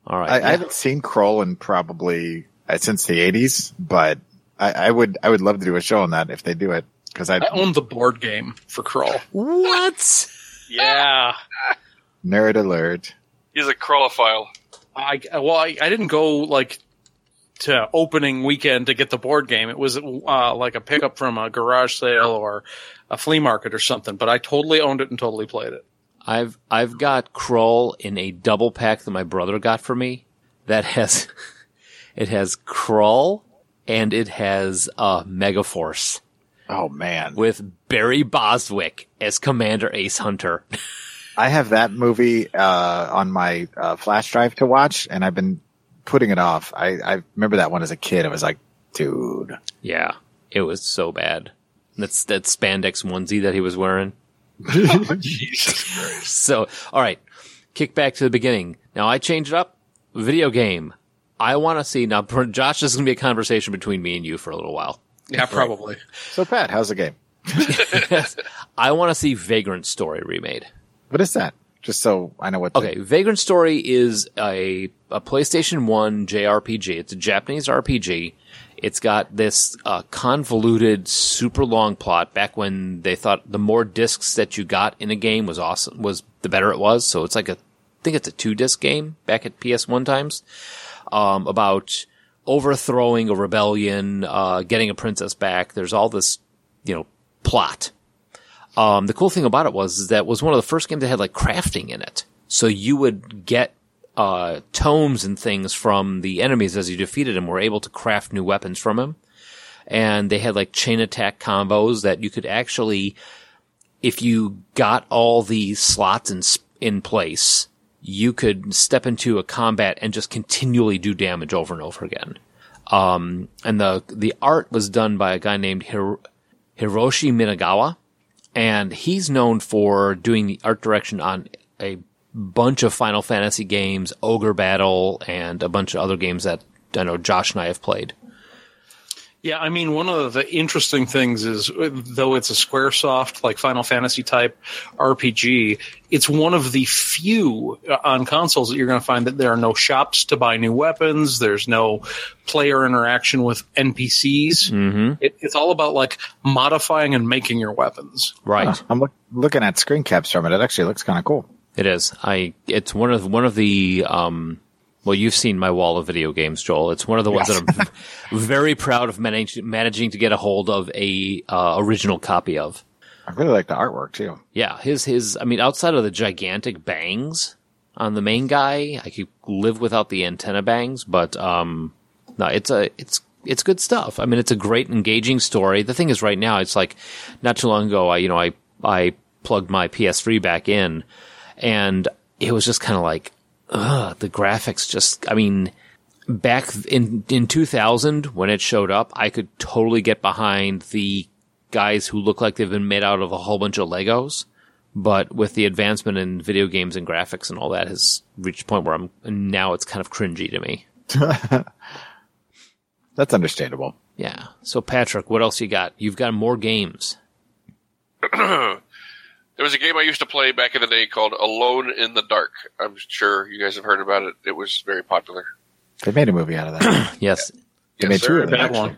All right.
I, I haven't seen Kroll in probably uh, since the '80s, but I, I would I would love to do a show on that if they do it because I
I own the board game for Kroll.
what?
Yeah.
nerd alert.
He's a crawlophile.
I, well, I, I didn't go like to opening weekend to get the board game. It was uh, like a pickup from a garage sale or a flea market or something, but I totally owned it and totally played it.
I've I've got Kroll in a double pack that my brother got for me that has it has Kroll and it has uh Megaforce
Oh man,
with Barry Boswick as Commander Ace Hunter.
I have that movie uh, on my uh, flash drive to watch, and I've been putting it off. I, I remember that one as a kid. I was like, dude,
yeah. It was so bad. That's that spandex onesie that he was wearing. so all right. Kick back to the beginning. Now I changed it up. Video game. I wanna see now Josh, this is gonna be a conversation between me and you for a little while.
Yeah, probably.
so Pat, how's the game?
I want to see Vagrant Story remade.
What is that? Just so I know what. the-
Okay, Vagrant Story is a a PlayStation One JRPG. It's a Japanese RPG. It's got this uh, convoluted, super long plot. Back when they thought the more discs that you got in a game was awesome, was the better it was. So it's like a, I think it's a two disc game back at PS One times, um, about overthrowing a rebellion, uh, getting a princess back. There's all this, you know, plot. Um, the cool thing about it was is that it was one of the first games that had like crafting in it. So you would get uh, tomes and things from the enemies as you defeated them. Were able to craft new weapons from him, and they had like chain attack combos that you could actually, if you got all the slots in s- in place, you could step into a combat and just continually do damage over and over again. Um, and the the art was done by a guy named Hir- Hiroshi Minagawa, and he's known for doing the art direction on a bunch of Final Fantasy games, Ogre Battle, and a bunch of other games that I know Josh and I have played.
Yeah, I mean, one of the interesting things is, uh, though it's a SquareSoft like Final Fantasy type RPG, it's one of the few uh, on consoles that you're going to find that there are no shops to buy new weapons. There's no player interaction with NPCs. Mm-hmm. It, it's all about like modifying and making your weapons.
Right.
I'm look, looking at screen caps from it. It actually looks kind of cool.
It is. I. It's one of one of the. Um, well, you've seen my wall of video games, Joel. It's one of the ones that I'm v- very proud of manage, managing to get a hold of a uh, original copy of.
I really like the artwork too.
Yeah, his his. I mean, outside of the gigantic bangs on the main guy, I could live without the antenna bangs. But um, no, it's a it's it's good stuff. I mean, it's a great engaging story. The thing is, right now, it's like not too long ago. I you know I I plugged my PS3 back in, and it was just kind of like, ugh, the graphics. Just I mean, back in in 2000 when it showed up, I could totally get behind the guys who look like they've been made out of a whole bunch of Legos. But with the advancement in video games and graphics and all that, has reached a point where I'm now it's kind of cringy to me.
That's understandable.
Yeah. So Patrick, what else you got? You've got more games.
There was a game I used to play back in the day called Alone in the Dark. I'm sure you guys have heard about it. It was very popular.
They made a movie out of that.
Yes.
They made
Yes,
two
sir.
of them.
That
actually.
one.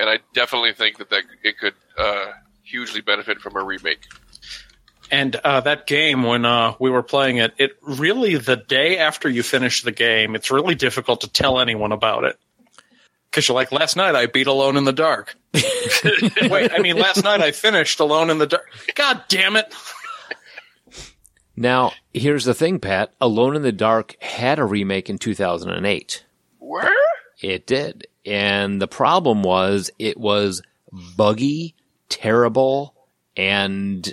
And I definitely think that, that it could uh, hugely benefit from a remake.
And uh, that game, when uh, we were playing it, it really the day after you finish the game, it's really difficult to tell anyone about it. Because you're like, last night I beat Alone in the Dark. Wait, I mean, last night I finished Alone in the Dark. God damn it!
Now, here's the thing, Pat. Alone in the Dark had a remake in 2008.
Where?
It did. And the problem was it was buggy, terrible, and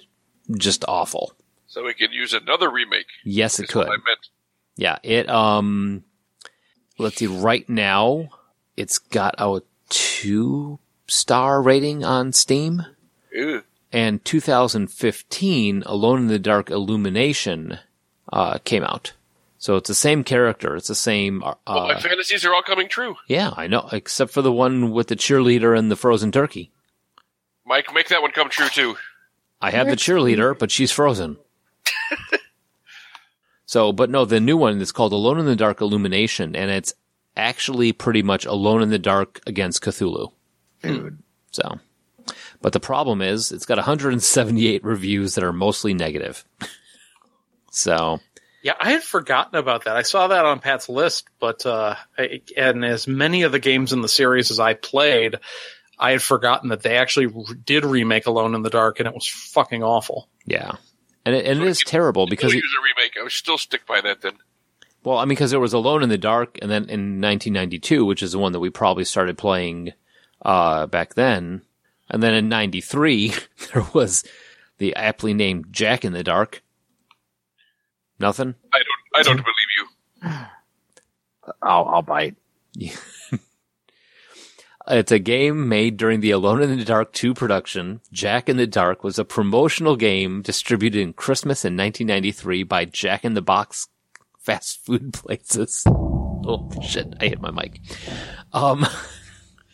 just awful.
So we could use another remake.
Yes, it
is what
could.
I meant.
Yeah, it um let's see right now it's got a 2 star rating on Steam
Ew.
and 2015 Alone in the Dark Illumination uh came out. So it's the same character, it's the same uh
Well, my fantasies are all coming true.
yeah, I know except for the one with the cheerleader and the frozen turkey.
Mike, make that one come true too.
I have the cheerleader, but she's frozen. so, but no, the new one is called Alone in the Dark Illumination, and it's actually pretty much Alone in the Dark against Cthulhu.
Dude.
So, but the problem is it's got 178 reviews that are mostly negative. so,
Yeah, I had forgotten about that. I saw that on Pat's list, but uh, I, and as many of the games in the series as I played, I had forgotten that they actually re- did remake Alone in the Dark, and it was fucking awful.
yeah. And it, and it is terrible because,
We'll
it-
use a remake. I would still stick by that then.
well, I mean, because there was Alone in the Dark and then in 1992, which is the one that we probably started playing uh, back then. And then in 93, there was the aptly named Jack in the Dark. Nothing?
I don't. I don't believe you.
I'll, I'll bite.
It's a game made during the Alone in the Dark 2 production. Jack in the Dark was a promotional game distributed in Christmas in 1993 by Jack in the Box fast food places. Oh shit, I hit my mic. Um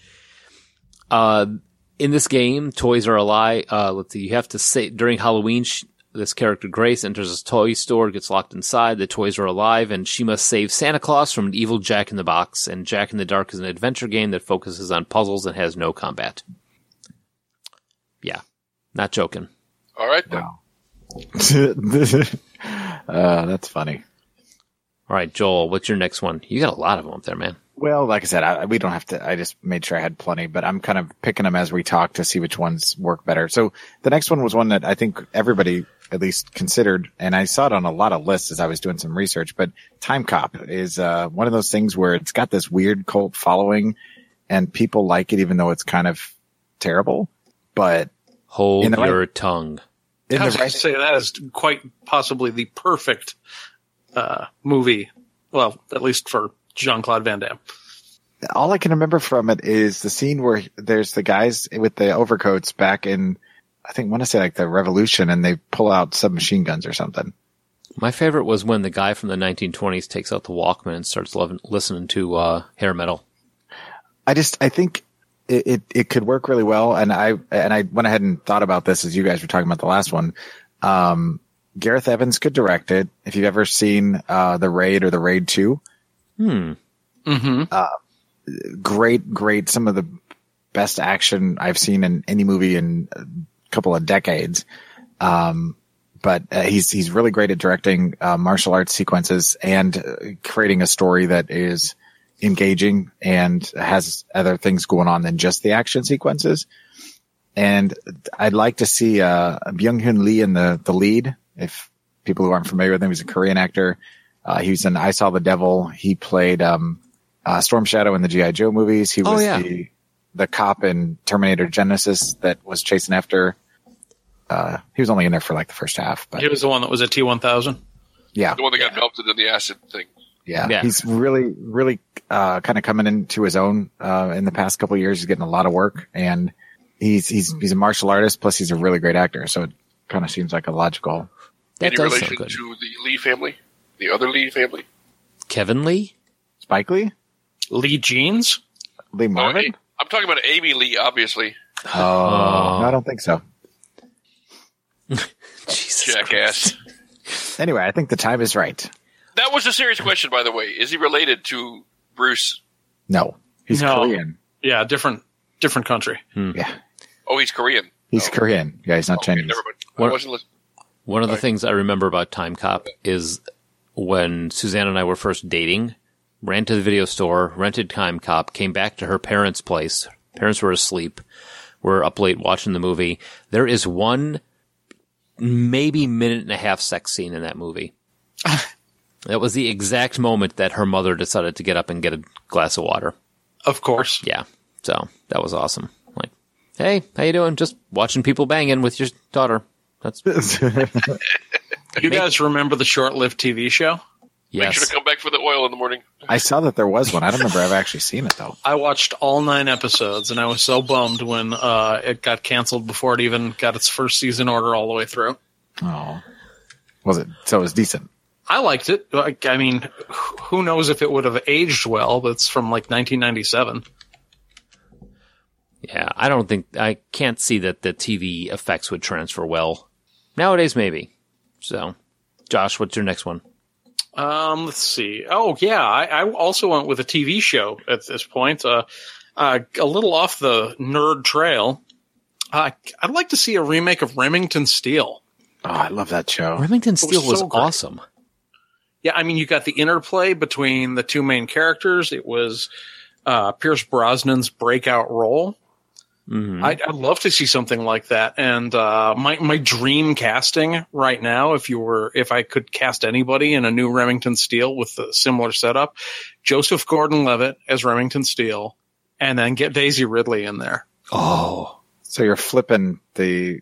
uh in this game, toys are a lie. Uh let's see, you have to say during Halloween sh- this character Grace enters a toy store, gets locked inside. The toys are alive, and she must save Santa Claus from an evil Jack in the Box. And Jack in the Dark is an adventure game that focuses on puzzles and has no combat. Yeah, not joking.
All right then.
uh, that's funny.
All right, Joel, what's your next one? You got a lot of them up there, man.
Well, like I said, I, we don't have to. I just made sure I had plenty, but I'm kind of picking them as we talk to see which ones work better. So the next one was one that I think everybody at least considered, and I saw it on a lot of lists as I was doing some research. But Time Cop is uh, one of those things where it's got this weird cult following, and people like it even though it's kind of terrible. But
Hold
In the right-
your tongue.
in
I
the
was going
right,
to say that is quite possibly the perfect uh, movie. Well, at least for Jean Claude Van Damme.
all I can remember from it is the scene where there's the guys with the overcoats back in, I think, want to say like the Revolution, and they pull out submachine guns or something.
My favorite was when the guy from the 1920s takes out the Walkman and starts loving, listening to uh, hair metal.
I just I think it, it it could work really well, and I and I went ahead and thought about this as you guys were talking about the last one. Um, Gareth Evans could direct it. If you've ever seen uh, the Raid or the Raid Two,
Hmm.
Mm-hmm.
great, great. Some of the best action I've seen in any movie in a couple of decades. Um, but uh, he's he's really great at directing uh, martial arts sequences and uh, creating a story that is engaging and has other things going on than just the action sequences. And I'd like to see uh, Byung Hun Lee in the the lead. If people who aren't familiar with him, he's a Korean actor. Uh, he was in I Saw the Devil. He played um, uh, Storm Shadow in the GI Joe movies. He
Oh,
was
yeah.
the the cop in Terminator Genesis that was chasing after. Uh, he was only in there for like the first half, but
He was the one that was a T one thousand.
yeah,
The one that got melted in the acid thing.
yeah,
Yeah.
he's really, really uh, kind of coming into his own uh, in the past couple of years. He's getting a lot of work, and he's he's he's a martial artist. Plus, he's a really great actor. So it kind of seems like a logical.
That
Any
does
relation
sound good.
to the Lee family? The other Lee family?
Kevin Lee?
Spike Lee,
Lee Jeans.
Lee
Oh,
Marvin.
hey, I'm talking about Amy Lee, obviously.
Oh, no, I don't think so.
Jesus
Jackass.
Anyway, I think the time is right.
That was a serious question, by the way. Is he related to Bruce?
No, he's
No.
Korean.
Yeah, different different country.
Yeah,
Oh, he's Korean.
he's
Oh.
Korean. Yeah, he's not
Okay,
Chinese.
never mind. I
What-
wasn't listening.
One of the things I remember about Time Cop is when Suzanne and I were first dating, ran to the video store, rented Time Cop, came back to her parents' place. Parents were asleep. We're up late watching the movie. There is one, maybe minute and a half sex scene in that movie. that was the exact moment that her mother decided to get up and get a glass of water.
Of course.
Yeah, so that was awesome. Like, hey, how you doing? Just watching people banging with your daughter. That's
You guys remember the short lived TV show?
Make
yes.
sure to come back for the oil in the morning.
I saw that there was one. I don't remember I've actually seen it though.
I watched all nine episodes and I was so bummed when uh, it got canceled before it even got its first season order all the way through.
Oh, was it? So it was decent.
I liked it. Like, I mean, wh- who knows if it would have aged well? But it's from like 1997.
Yeah, I don't think I can't see that the TV effects would transfer well nowadays. Maybe. So, Josh, what's your next one?
Um, let's see. Oh yeah, I, I also went with a TV show at this point. Uh, uh, a little off the nerd trail. Uh, I'd like to see a remake of Remington Steel.
Oh, I love that show.
Remington Steel was
so great.
awesome.
Yeah, I mean, you got the interplay between the two main characters. It was uh, Pierce Brosnan's breakout role.
Mhm.
I'd, I'd love to see something like that. And uh, my my dream casting right now, if you were, if I could cast anybody in a new Remington Steel with a similar setup, Joseph Gordon-Levitt as Remington Steel, and then get Daisy Ridley in there.
Oh, so you're flipping the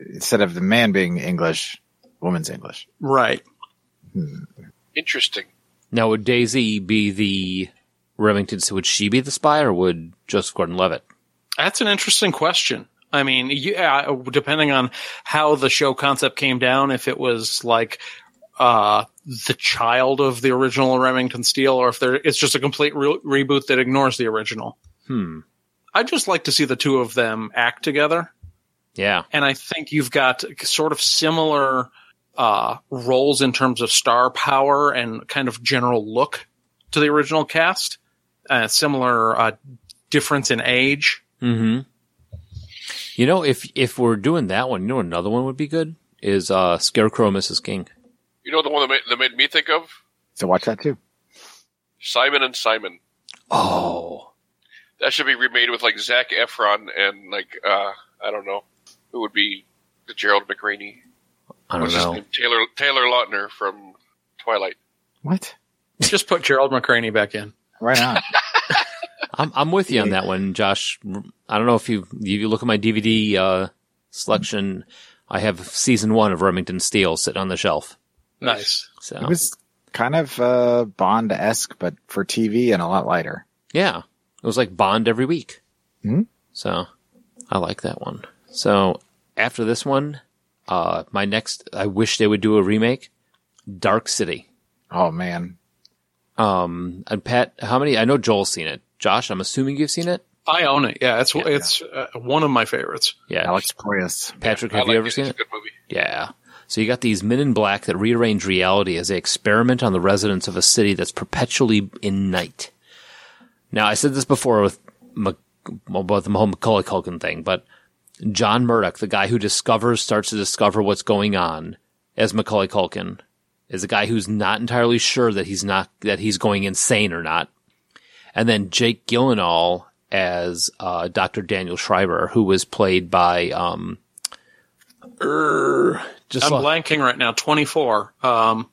instead of the man being English, woman's English.
Right.
Interesting.
Now, would Daisy be the Remington? So, would she be the spy, or would Joseph Gordon-Levitt?
That's an interesting question. I mean, yeah, depending on how the show concept came down, if it was like uh, the child of the original Remington Steel, or if there, it's just a complete re- reboot that ignores the original.
Hmm.
I'd just like to see the two of them act together,
Yeah.
and I think you've got sort of similar uh, roles in terms of star power and kind of general look to the original cast. Uh, similar uh, difference in age.
Hmm. You know, if if we're doing that one, you know, another one would be good is uh, Scarecrow, Mrs. King.
You know the one that made, that made me think of?
So watch that too.
Simon and Simon.
Oh,
That should be remade with like Zach Efron and like, uh, I don't know, who would be the Gerald McRaney.
I don't
What's his
know.
name? Taylor Taylor Lautner from Twilight.
What?
Just put Gerald McCraney back in.
Right on.
I'm I'm with you on that one, Josh. I don't know if you if you look at my DVD uh, selection. I have season one of Remington Steel sitting on the shelf.
Nice.
So
it was kind of uh, Bond esque, but for TV and a lot lighter.
yeah, it was like Bond every week.
Mhm.
So I like that one. So after this one, uh, my next I wish they would do a remake. Dark City.
Oh man,
Um, and Pat, how many? I know Joel's seen it. Josh, I'm assuming you've seen it.
I own it. Yeah, it's
Yeah.
it's uh, one of my favorites.
Yeah,
Alex Proyas.
Patrick,
I
have
like
you ever
it.
seen
It's
it?
a good movie.
Yeah. So you got these men in black that rearrange reality as they experiment on the residents of a city that's perpetually in night. Now, I said this before with Mac- about the whole Macaulay Culkin thing, but John Murdoch, the guy who discovers, starts to discover what's going on as Macaulay Culkin, is a guy who's not entirely sure that he's not that he's going insane or not. And then Jake Gyllenhaal as uh, Dr. Daniel Schreiber, who was played by um, er, just
I'm
like-
blanking right now. Twenty four. Um,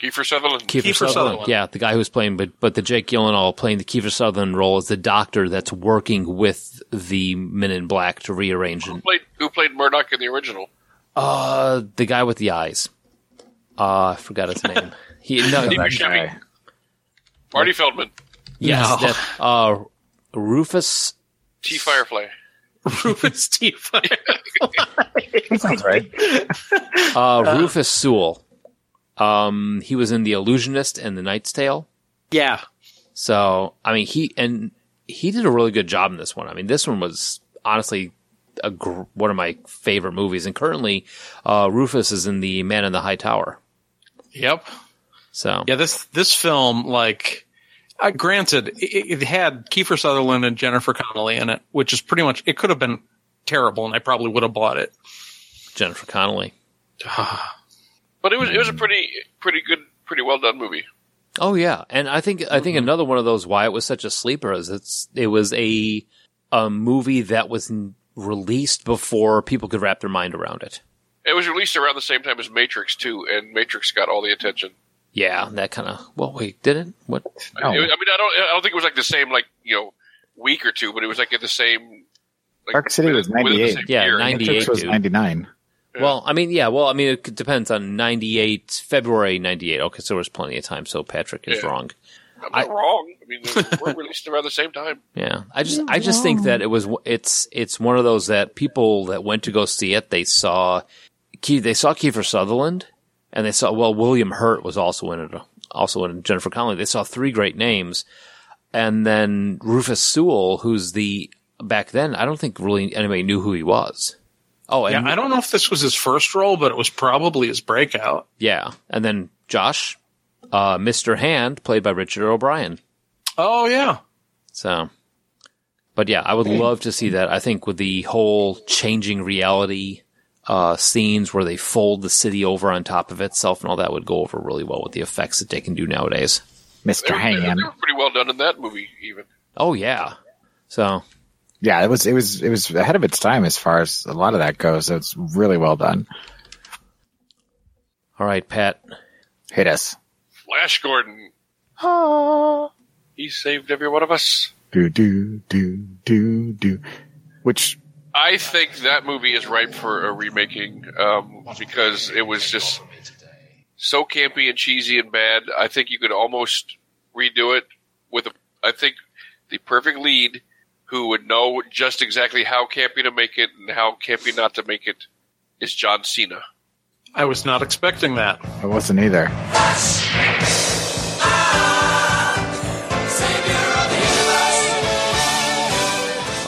Kiefer Sutherland.
Kiefer,
Kiefer
Sutherland.
Sutherland.
Yeah, the guy who was playing, but but the Jake Gyllenhaal playing the Kiefer Sutherland role is the doctor that's working with the Men in Black to rearrange.
who
And,
played who played Murdoch in the original?
uh, the guy with the eyes. Uh, I forgot his name. He no,
Steve
That
Buscemi.
guy.
Marty Feldman.
yes,
No.
that- uh, Rufus.
T Firefly.
Rufus T. Fire.
That sounds right.
Uh, Rufus Sewell. Um, he was in The Illusionist and The Knight's Tale.
yeah,
So I mean, he and he did a really good job in this one. I mean, this one was honestly a gr- one of my favorite movies, and currently uh, Rufus is in the Man in the High Tower.
yep.
So
Yeah, this this film, like, uh, granted, it, it had Kiefer Sutherland and Jennifer Connelly in it, which is pretty much it could have been terrible, and I probably would have bought it.
Jennifer Connelly.
But it was it was a pretty pretty good pretty well done movie.
Oh yeah, and I think I think another one of those why it was such a sleeper is it's it was a a movie that was n- released before people could wrap their mind around it.
It was released around the same time as Matrix Two, and Matrix got all the attention.
Yeah, that kind of. Well, wait, did it? What?
Oh.
I- I mean, I don't I don't think it was like the same like you know week or two, but it was like in the same. Like,
Dark City was
within the
98.
same
Yeah,
year.
90.
Matrix was
dude.
ninety nine.
Well, I mean, yeah. Well, I mean, it c- depends on '98, February '98. Okay, so there was plenty of time. So Patrick is
Yeah.
wrong.
I'm not wrong. I mean, they we're released around the same time.
Yeah, I just, I just think that it was, it's, it's one of those that people that went to go see it, they saw, Key, they saw Kiefer Sutherland, and they saw, well, William Hurt was also in it, also in Jennifer Connelly. They saw three great names, and then Rufus Sewell, who's the back then, I don't think really anybody knew who he was. Oh, and
Yeah, I don't know if this was his first role, but it was probably his breakout.
Yeah. And then Josh, uh, Mr. Hand, played by Richard O'Brien.
Oh yeah,
So, but yeah, I would love to see that. I think with the whole changing reality uh, scenes where they fold the city over on top of itself and all that would go over really well with the effects that they can do nowadays.
Mister
They,
Hand.
they were pretty well done in that movie, even.
Oh, yeah. So,
Yeah, it was it was it was ahead of its time as far as a lot of that goes. So it's really well done.
all right, Pat.
Hit us.
Flash Gordon. He saved every one of us.
Do do do do do. Which
I think that movie is ripe for a remaking um, because it was just so campy and cheesy and bad. I think you could almost redo it with, a, I think, the perfect lead who would know just exactly how campy to make it and how campy not to make it is John Cena.
I was not expecting that.
I wasn't either.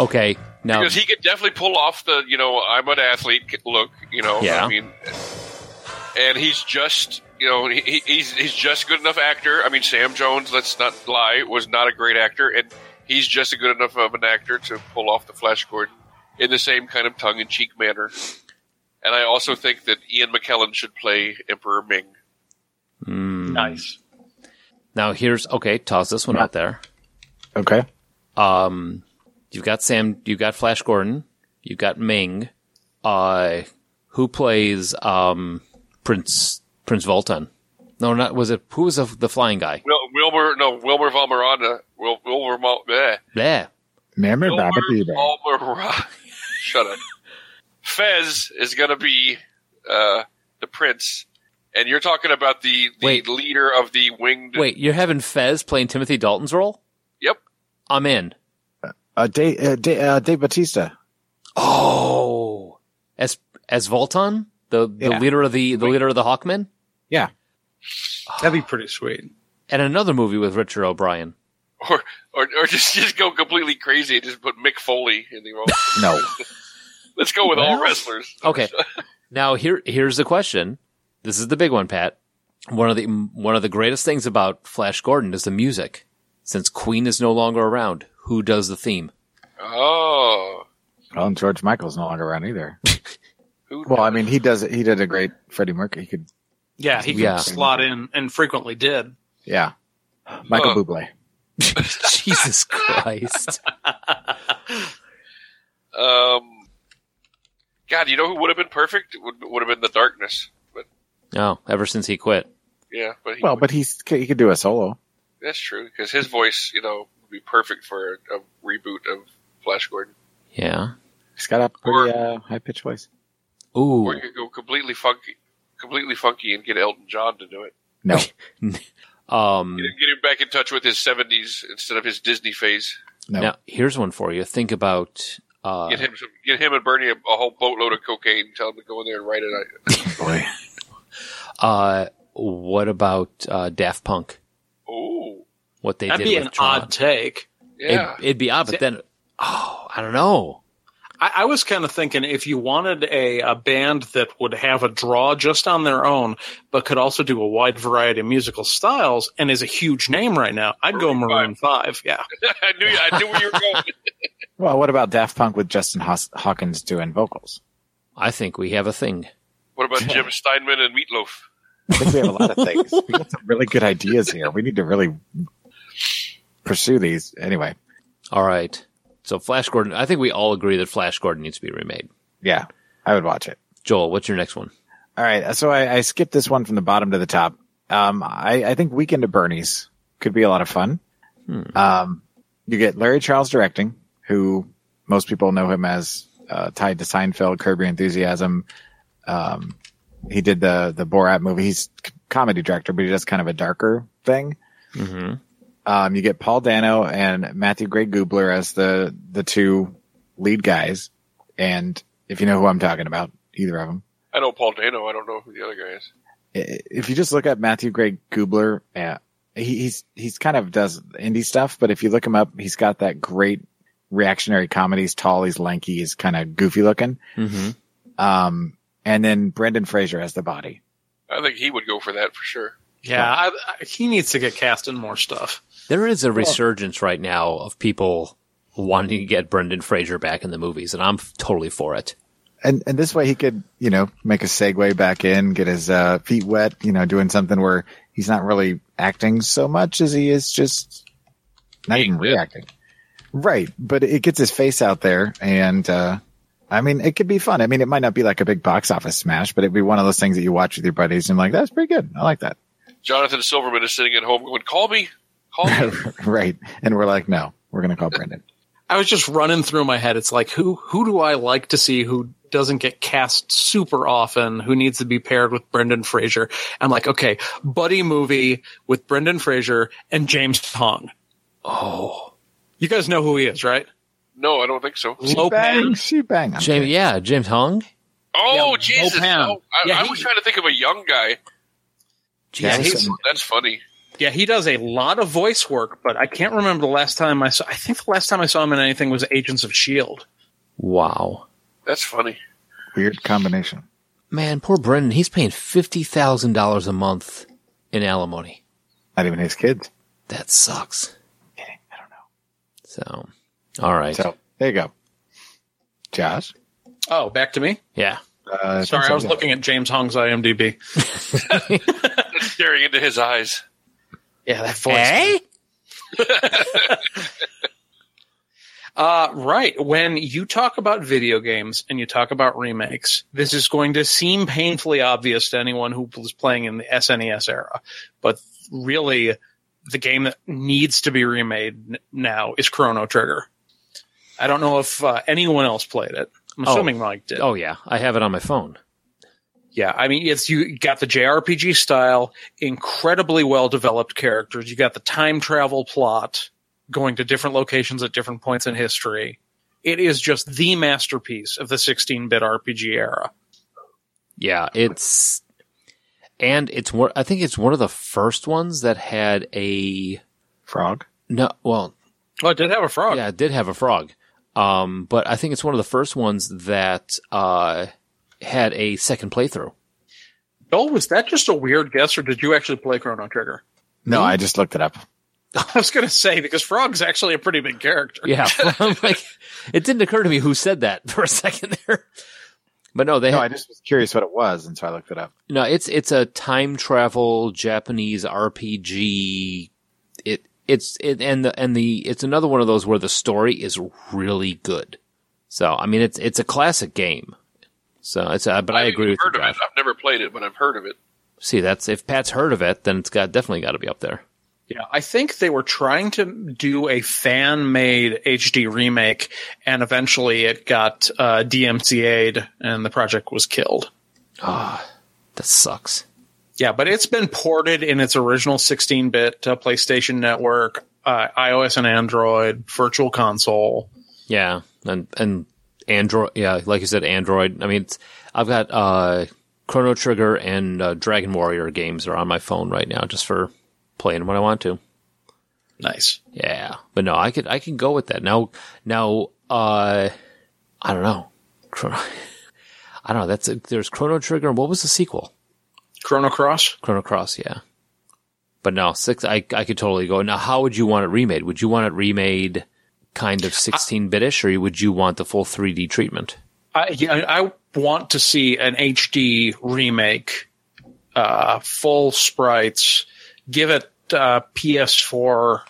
Okay. Now,
Because he could definitely pull off the, you know, I'm an athlete look, you know.
Yeah.
I mean, and he's just, you know, he- he, he's he's just a good enough actor. I mean, Sam Jones, let's not lie, was not a great actor, and he's just a good enough of an actor to pull off the Flash Gordon in the same kind of tongue in cheek manner. And I also think that Ian McKellen should play Emperor Ming.
Nice.
now here's, okay, toss this one out there.
Okay.
Um, you've got Sam, you've got Flash Gordon, you've got Ming, uh, who plays, um, Prince Prince Voltan. No, not was it? Who was the, the flying guy?
Wil- Wilmer, no, Wilmer Valmeranda. Wil- Wilmer, Mal- eh.
Yeah,
Remember
Wilmer
Baba Bieber.
Valmeranda. Shut up. Fez is going to be uh, the prince, and you're talking about the, the
Wait.
leader of the winged.
Wait, you're having Fez playing Timothy Dalton's role?
Yep.
I'm in.
Uh, Dave, uh, Dave, uh, Dave Batista.
Oh, as as Voltan, the the
Yeah.
leader of the the leader of the Hawkmen,
Yeah.
That'd be pretty sweet.
and another movie with Richard O'Brien.
Or, or, or just, just go completely crazy and just put Mick Foley in the role.
No.
Let's go with all
Well.
wrestlers.
Okay, now here here's the question. This is the big one, Pat. One of the one of the greatest things about Flash Gordon is the music. Since Queen is no longer around, who does the theme?
Oh.
well, and George Michael's no longer around either.
Who
Well, I mean, he does it. He did a great Freddie Mercury. He could,
Yeah, he could
Yeah.
slot in and frequently did.
yeah. Michael
Huh.
Bublé.
Jesus Christ!
Um, God, you know who would have been perfect? Would would have been the Darkness. But
Oh, ever since he quit,
yeah, but he,
Well, but he's he could do a solo.
that's true because his voice, you know, would be perfect for a, a reboot of Flash Gordon.
yeah.
He's got a pretty uh, high pitched voice.
Ooh,
Or you could go completely funky, completely funky, and get Elton John to do it.
No.
um,
Get him, get him back in touch with his seventies instead of his Disney phase.
No.
Now, here's one for you. Think about uh,
Uh-huh.
Get him, some, get him and Bernie a, a whole boatload of cocaine. Tell him to go in there and write it.
Boy.
uh, what about uh, Daft Punk?
Oh,
What they
That'd
did
be
with
an
Tron.
odd take.
yeah.
It'd, it'd be odd, but then oh, I don't know.
I, I was kind of thinking if you wanted a, a band that would have a draw just on their own, but could also do a wide variety of musical styles and is a huge name right now, I'd go Maroon 5. Yeah.
I knew, I knew where you were going.
Well, what about Daft Punk with Justin Haw- Hawkins doing vocals?
I think we have a thing.
What about Jim Steinman and Meatloaf?
I think we have a lot of things. We got some really good ideas here. We need to really pursue these. Anyway,
All right. So Flash Gordon. I think we all agree that Flash Gordon needs to be remade.
yeah, I would watch it.
Joel, what's your next one?
All right, so I, I skipped this one from the bottom to the top. Um, I, I think Weekend at Bernie's could be a lot of fun. Um, you get Larry Charles directing, who most people know him as uh, tied to Seinfeld, Curb Your Enthusiasm. Um, he did the the Borat movie. He's c- comedy director, but he does kind of a darker thing.
Mm-hmm.
Um, you get Paul Dano and Matthew Gray Goobler as the the two lead guys, and if you know who I'm talking about, either of them.
I know Paul Dano. I don't know who the other guy is.
I- if you just look up Matthew Gray Goobler, uh, he, he's he's kind of does indie stuff, but if you look him up, he's got that great reactionary comedy. He's tall, he's lanky, he's kind of goofy looking.
Mm-hmm.
Um, and then Brendan Fraser as the body.
I think he would go for that for sure.
Yeah. I, I, he needs to get cast in more stuff.
There is a resurgence right now of people wanting to get Brendan Fraser back in the movies, and I'm f- totally for it.
And and this way he could you know make a segue back in, get his uh, feet wet, you know, doing something where he's not really acting so much as he is just not even
Being-
reacting. Right, but it gets his face out there, and uh, I mean, it could be fun. I mean, it might not be like a big box office smash, but it'd be one of those things that you watch with your buddies and like, that's pretty good. I like that.
Jonathan Silverman is sitting at home going, "Call me, call me."
right, and we're like, no, we're gonna call Brendan.
I was just running through my head. It's like who who do I like to see who doesn't get cast super often, who needs to be paired with Brendan Fraser? I'm like, okay, buddy movie with Brendan Fraser and James Hong. Oh. You guys know who he is, right?
no, I don't think so.
Low
bang,
pan.
she bang. I'm
James,
kidding.
yeah, James Hong.
Oh,
Yeah,
Jesus!
Bo Pan.
No, I,
Yeah,
I
he-
was trying to think of a young guy.
Yeah,
Jesus.
he's-
That's funny.
Yeah, he does a lot of voice work, but I can't remember the last time I saw I think the last time I saw him in anything was Agents of Shield.
wow.
That's funny.
weird combination.
Man, poor Brendan. He's paying fifty thousand dollars a month in alimony.
Not even his kids.
That sucks.
Kidding. I don't know.
So, all right.
So there you go. Josh.
Oh, back to me.
yeah.
Uh,
Sorry,
so-
I was looking at James Hong's IMDb.
That's staring into his eyes.
Eh?
Yeah, that voice.
Hey?
Uh, right. When you talk about video games and you talk about remakes, this is going to seem painfully obvious to anyone who was playing in the SNES era. But really, the game that needs to be remade n- now is Chrono Trigger. I don't know if uh, anyone else played it. I'm
Oh.
assuming Mike did.
Oh yeah, I have it on my phone.
Yeah, I mean, it's you got the JRPG style, incredibly well developed characters. You got the time travel plot going to different locations at different points in history. It is just the masterpiece of the 16 bit RPG era.
Yeah, it's and it's one. I think it's one of the first ones that had a
Frog.
no. Well,
Oh, it did have a frog.
yeah, it did have a frog. Um, but I think it's one of the first ones that uh had a second playthrough.
Joel, was that just a weird guess, or did you actually play Chrono Trigger?
No, I just looked it up.
I was going to say, because Frog's actually a pretty big character.
Yeah, I'm like it didn't occur to me who said that for a second there. But no, they
No,
had-
I just was curious what it was, and so I looked it up.
No, it's it's a time travel Japanese RPG. It it's it and the and the it's another one of those where the story is really good. So I mean, it's it's a classic game. So it's uh, but I, agree with you.
heard of it.
Jeff.
I've never played it, but I've heard of it.
See, that's if Pat's heard of it, then it's got definitely got to be up there.
Yeah, I think they were trying to do a fan made HD remake, and eventually it got uh, DMCA'd, and the project was killed.
That sucks.
Yeah, but it's been ported in its original 16 bit uh, PlayStation Network, uh, iOS and Android, Virtual Console.
Yeah, and and Android. Yeah, like you said, Android. I mean, it's, I've got uh, Chrono Trigger and uh, Dragon Warrior games are on my phone right now, just for playing when I want to.
Nice.
Yeah, but no, I could I can go with that. Now now uh I don't know. Chrono I don't know. That's a, there's Chrono Trigger and what was the sequel?
Chrono Cross?
Chrono Cross, yeah. But no, six I I could totally go. Now how would you want it remade? Would you want it remade kind of 16-bitish or would you want the full 3D treatment?
I, yeah, I want to see an HD remake, uh, full sprites. Give it uh, PS4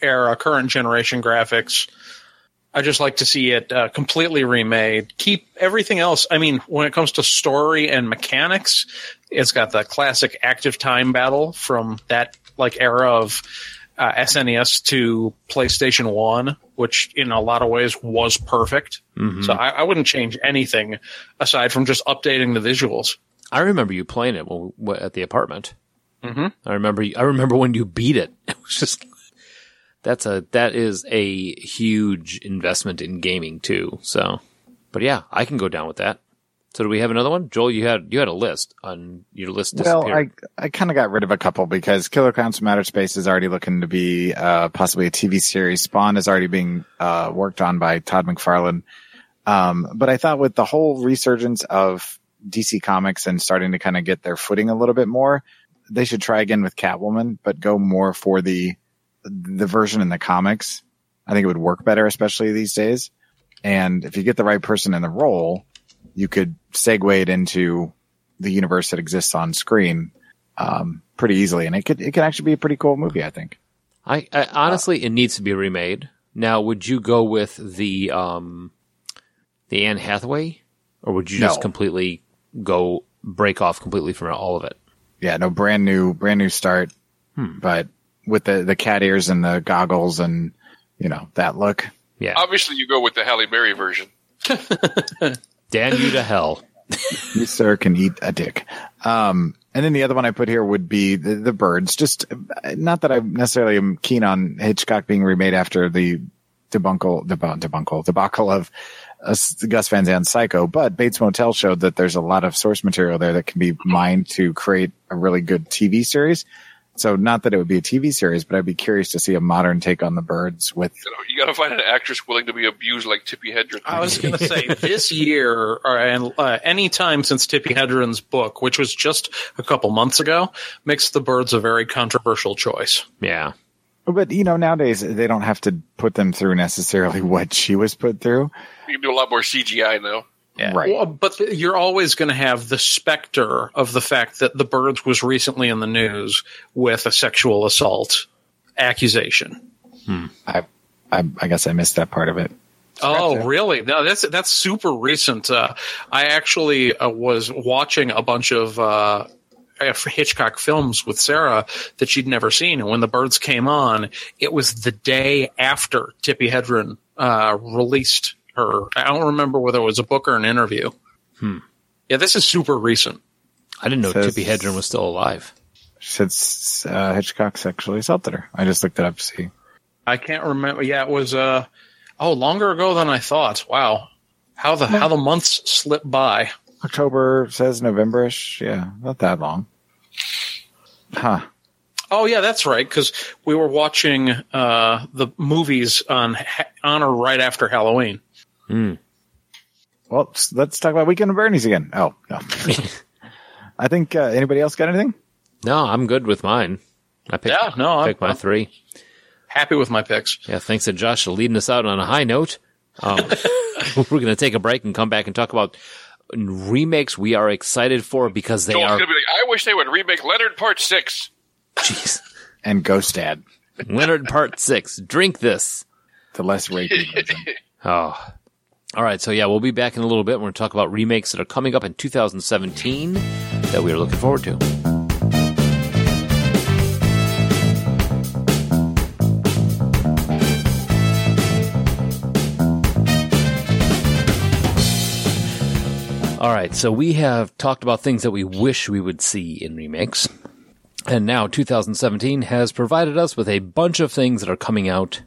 era, current generation graphics. I just like to see it uh, completely remade. Keep everything else. I mean, when it comes to story and mechanics, it's got the classic active time battle from that like era of uh, SNES to PlayStation One, which in a lot of ways was perfect. So I, I wouldn't change anything aside from just updating the visuals.
I remember you playing it when, when, at the apartment.
Mhm.
I remember. I remember when you beat it. It was just that's a that is a huge investment in gaming too. So, but yeah, I can go down with that. So do we have another one, Joel? You had you had a list on your list disappeared.
Well, I I kind of got rid of a couple because Killer Clowns from Outer Space is already looking to be uh, possibly a TV series. Spawn is already being uh, worked on by Todd McFarlane. Um, but I thought with the whole resurgence of DC Comics and starting to kind of get their footing a little bit more, they should try again with Catwoman, but go more for the the version in the comics. I think it would work better, especially these days. And if you get the right person in the role, you could segue it into the universe that exists on screen um, pretty easily, and it could it could actually be a pretty cool movie. I think.
I, I honestly, it needs to be remade. Now, would you go with the um, the Anne Hathaway, or would you just
No.
completely go break off completely from all of it?
Yeah, no, brand new, brand new start, but with the the cat ears and the goggles and you know that look.
Yeah,
Obviously, you go with the Halle Berry version.
damn you to hell.
You sir can eat a dick. Um, and then the other one I put here would be the, the birds. Just uh, not that I necessarily am keen on Hitchcock being remade after the debuncle, debun- debunkle, debacle of uh, Gus Van Zandt's Psycho, but Bates Motel showed that there's a lot of source material there that can be mined to create a really good TV series. So not that it would be a TV series, but I'd be curious to see a modern take on the birds with
You, know, you got to find an actress willing to be abused like Tippi Hedren.
Uh,
I was going to say this year, or and uh, any time since Tippi Hedren's book, which was just a couple months ago, makes the birds a very controversial choice.
Yeah.
but you know nowadays they don't have to put them through necessarily what she was put through
you can do a lot more CGI now.
right
Well, but th- you're always going to have the specter of the fact that the birds was recently in the news with a sexual assault accusation.
I, I I guess I missed that part of it.
Oh,
Gotcha.
really? No, that's that's super recent. Uh, I actually uh, was watching a bunch of uh, Hitchcock films with Sarah that she'd never seen, and when the birds came on, it was the day after Tippi Hedren uh, released her. I don't remember whether it was a book or an interview. Yeah, this is super recent.
I didn't know
Says-
Tippy Hedren was still alive.
Since uh, Hitchcock sexually assaulted her, I just looked it up to see.
I can't remember. Yeah, it was. Uh, oh, longer ago than I thought. Wow, how the how the months slip by.
October says Novemberish. Yeah, not that long. Huh.
Oh yeah, that's right. Because we were watching uh, the movies on ha- on or right after Halloween.
Well, s- let's talk about Weekend of Bernie's again. Oh no. I think uh, anybody else got anything?
No, I'm good with mine. I picked,
Yeah, no, I'm-
picked my
I'm-
three.
Happy with my picks.
Yeah, thanks to Josh for leading us out on a high note. Um, we're going to take a break and come back and talk about remakes we are excited for because they
Joel's
are.
gonna be like, I wish they would remake Leonard Part Six.
Jeez.
And Ghost Dad,
Leonard Part 6. Drink this.
the less rapey version.
Oh. All right, so yeah, we'll be back in a little bit. We're going to talk about remakes that are coming up in 2017 that we are looking forward to. All right, so we have talked about things that we wish we would see in remakes. And now 2017 has provided us with a bunch of things that are coming out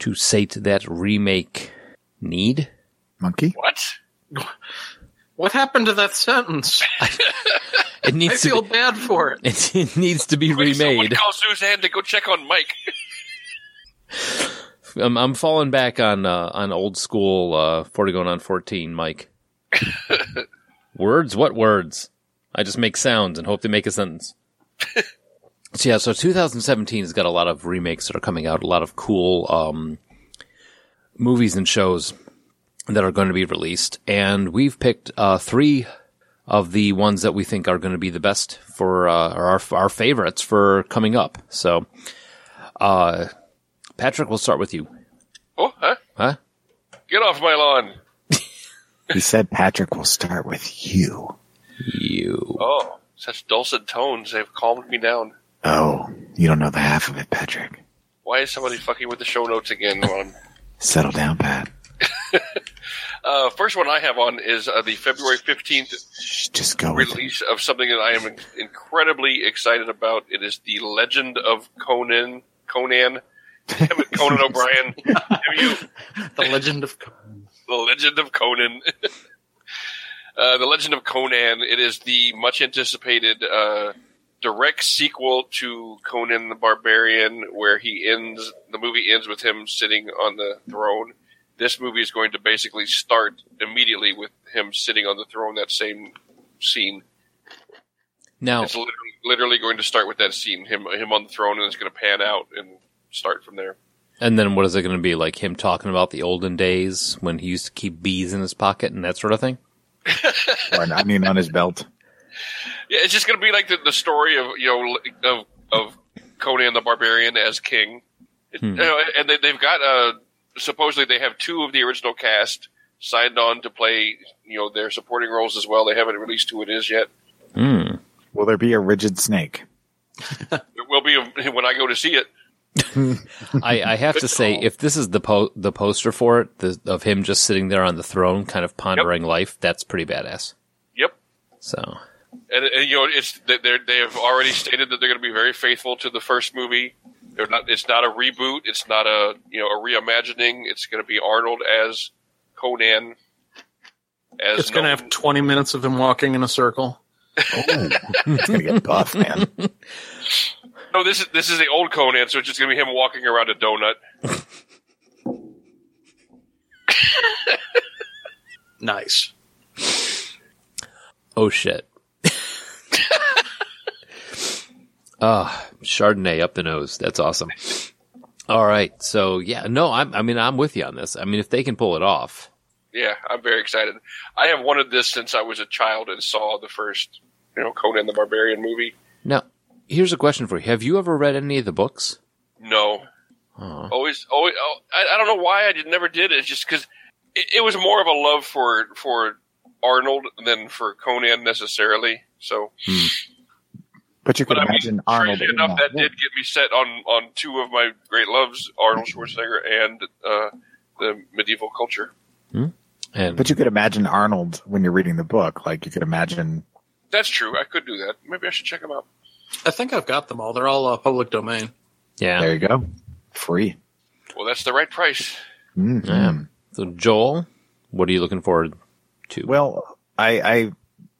to sate that remake need.
Monkey.
What?
What happened to that sentence?
It
I
needs to
feel
be,
bad for it.
it, needs to be
Someone
remade.
call Suzanne to go check on Mike.
I'm, Um, I'm falling back on uh, on old school uh, forty going on fourteen, Mike. words? What words? I just make sounds and hope they make a sentence. so yeah, so 2017 has got a lot of remakes that are coming out, a lot of cool um, movies and shows that are going to be released, and we've picked uh, three of the ones that we think are going to be the best for uh, or our our favorites for coming up. So, uh, Patrick, we'll start with you.
Oh, huh?
Huh?
Get off my lawn.
He said Patrick will start with you.
You.
Oh, such dulcet tones. They've calmed me down.
Oh, you don't know the half of it, Patrick.
Why is somebody fucking with the show notes again? while I'm-
Settle down, Pat.
Uh, first one I have on is uh, the February 15th
Just go
release of something that I am incredibly excited about. It is the Legend of Conan. Conan. Damn it, Conan O'Brien. Damn you.
The Legend of
The Legend of Conan. uh, the Legend of Conan. It is the much anticipated uh, direct sequel to Conan the Barbarian, where he ends. The movie ends with him sitting on the throne. This movie is going to basically start immediately with him sitting on the throne. That same scene.
Now,
It's literally, literally going to start with that scene. Him him on the throne, and it's going to pan out and start from there.
and then what is it going to be? Like him talking about the olden days when he used to keep bees in his pocket and that sort of thing?
Or an onion on his belt.
Yeah, it's just going to be like the, the story of you know of of Conan the Barbarian as king, It- you know, and they, they've got uh supposedly they have two of the original cast signed on to play you know their supporting roles as well. They haven't released who it is yet.
Will there be a rigid snake?
It will be when I go to see it.
I, I have to say, if this is the po- the poster for it, the, of him just sitting there on the throne, kind of pondering life, that's pretty badass.
Yep.
So,
And, and you know it's they they're- they have already stated that they're going to be very faithful to the first movie. They're not. It's not a reboot. It's not a you know a reimagining. It's going to be Arnold as Conan. As
It's going to
known-
have 20 minutes of him walking in a circle.
Oh.
It's gonna get buff, man.
No, this is this is the old Conan, so it's just gonna be him walking around a donut.
Nice.
oh shit. Ah, Chardonnay up the nose. That's awesome. All right. So, yeah, no, I'm, I mean, I'm with you on this. I mean, if they can pull it off,
Yeah, I'm very excited. I have wanted this since I was a child and saw the first, you know, Conan the Barbarian movie.
Now, here's a question for you. Have you ever read any of the books?
No,
Oh.
Always, always. oh, I, I don't know why I did, never did it. Just because it, it was more of a love for for Arnold than for Conan necessarily. So,
But you could
but I
imagine
mean,
Arnold.
crazy
in
enough, that
yeah.
did get me set on on two of my great loves: Arnold Schwarzenegger and uh, the medieval culture.
And
But you could imagine Arnold when you're reading the book. Like you could imagine.
That's true. I could do that. Maybe I should check them out.
I think I've got them all. They're all uh, public domain.
yeah.
There you go. Free.
Well, that's the right price.
Mhm.
Yeah. So Joel, what are you looking forward to?
Well, I,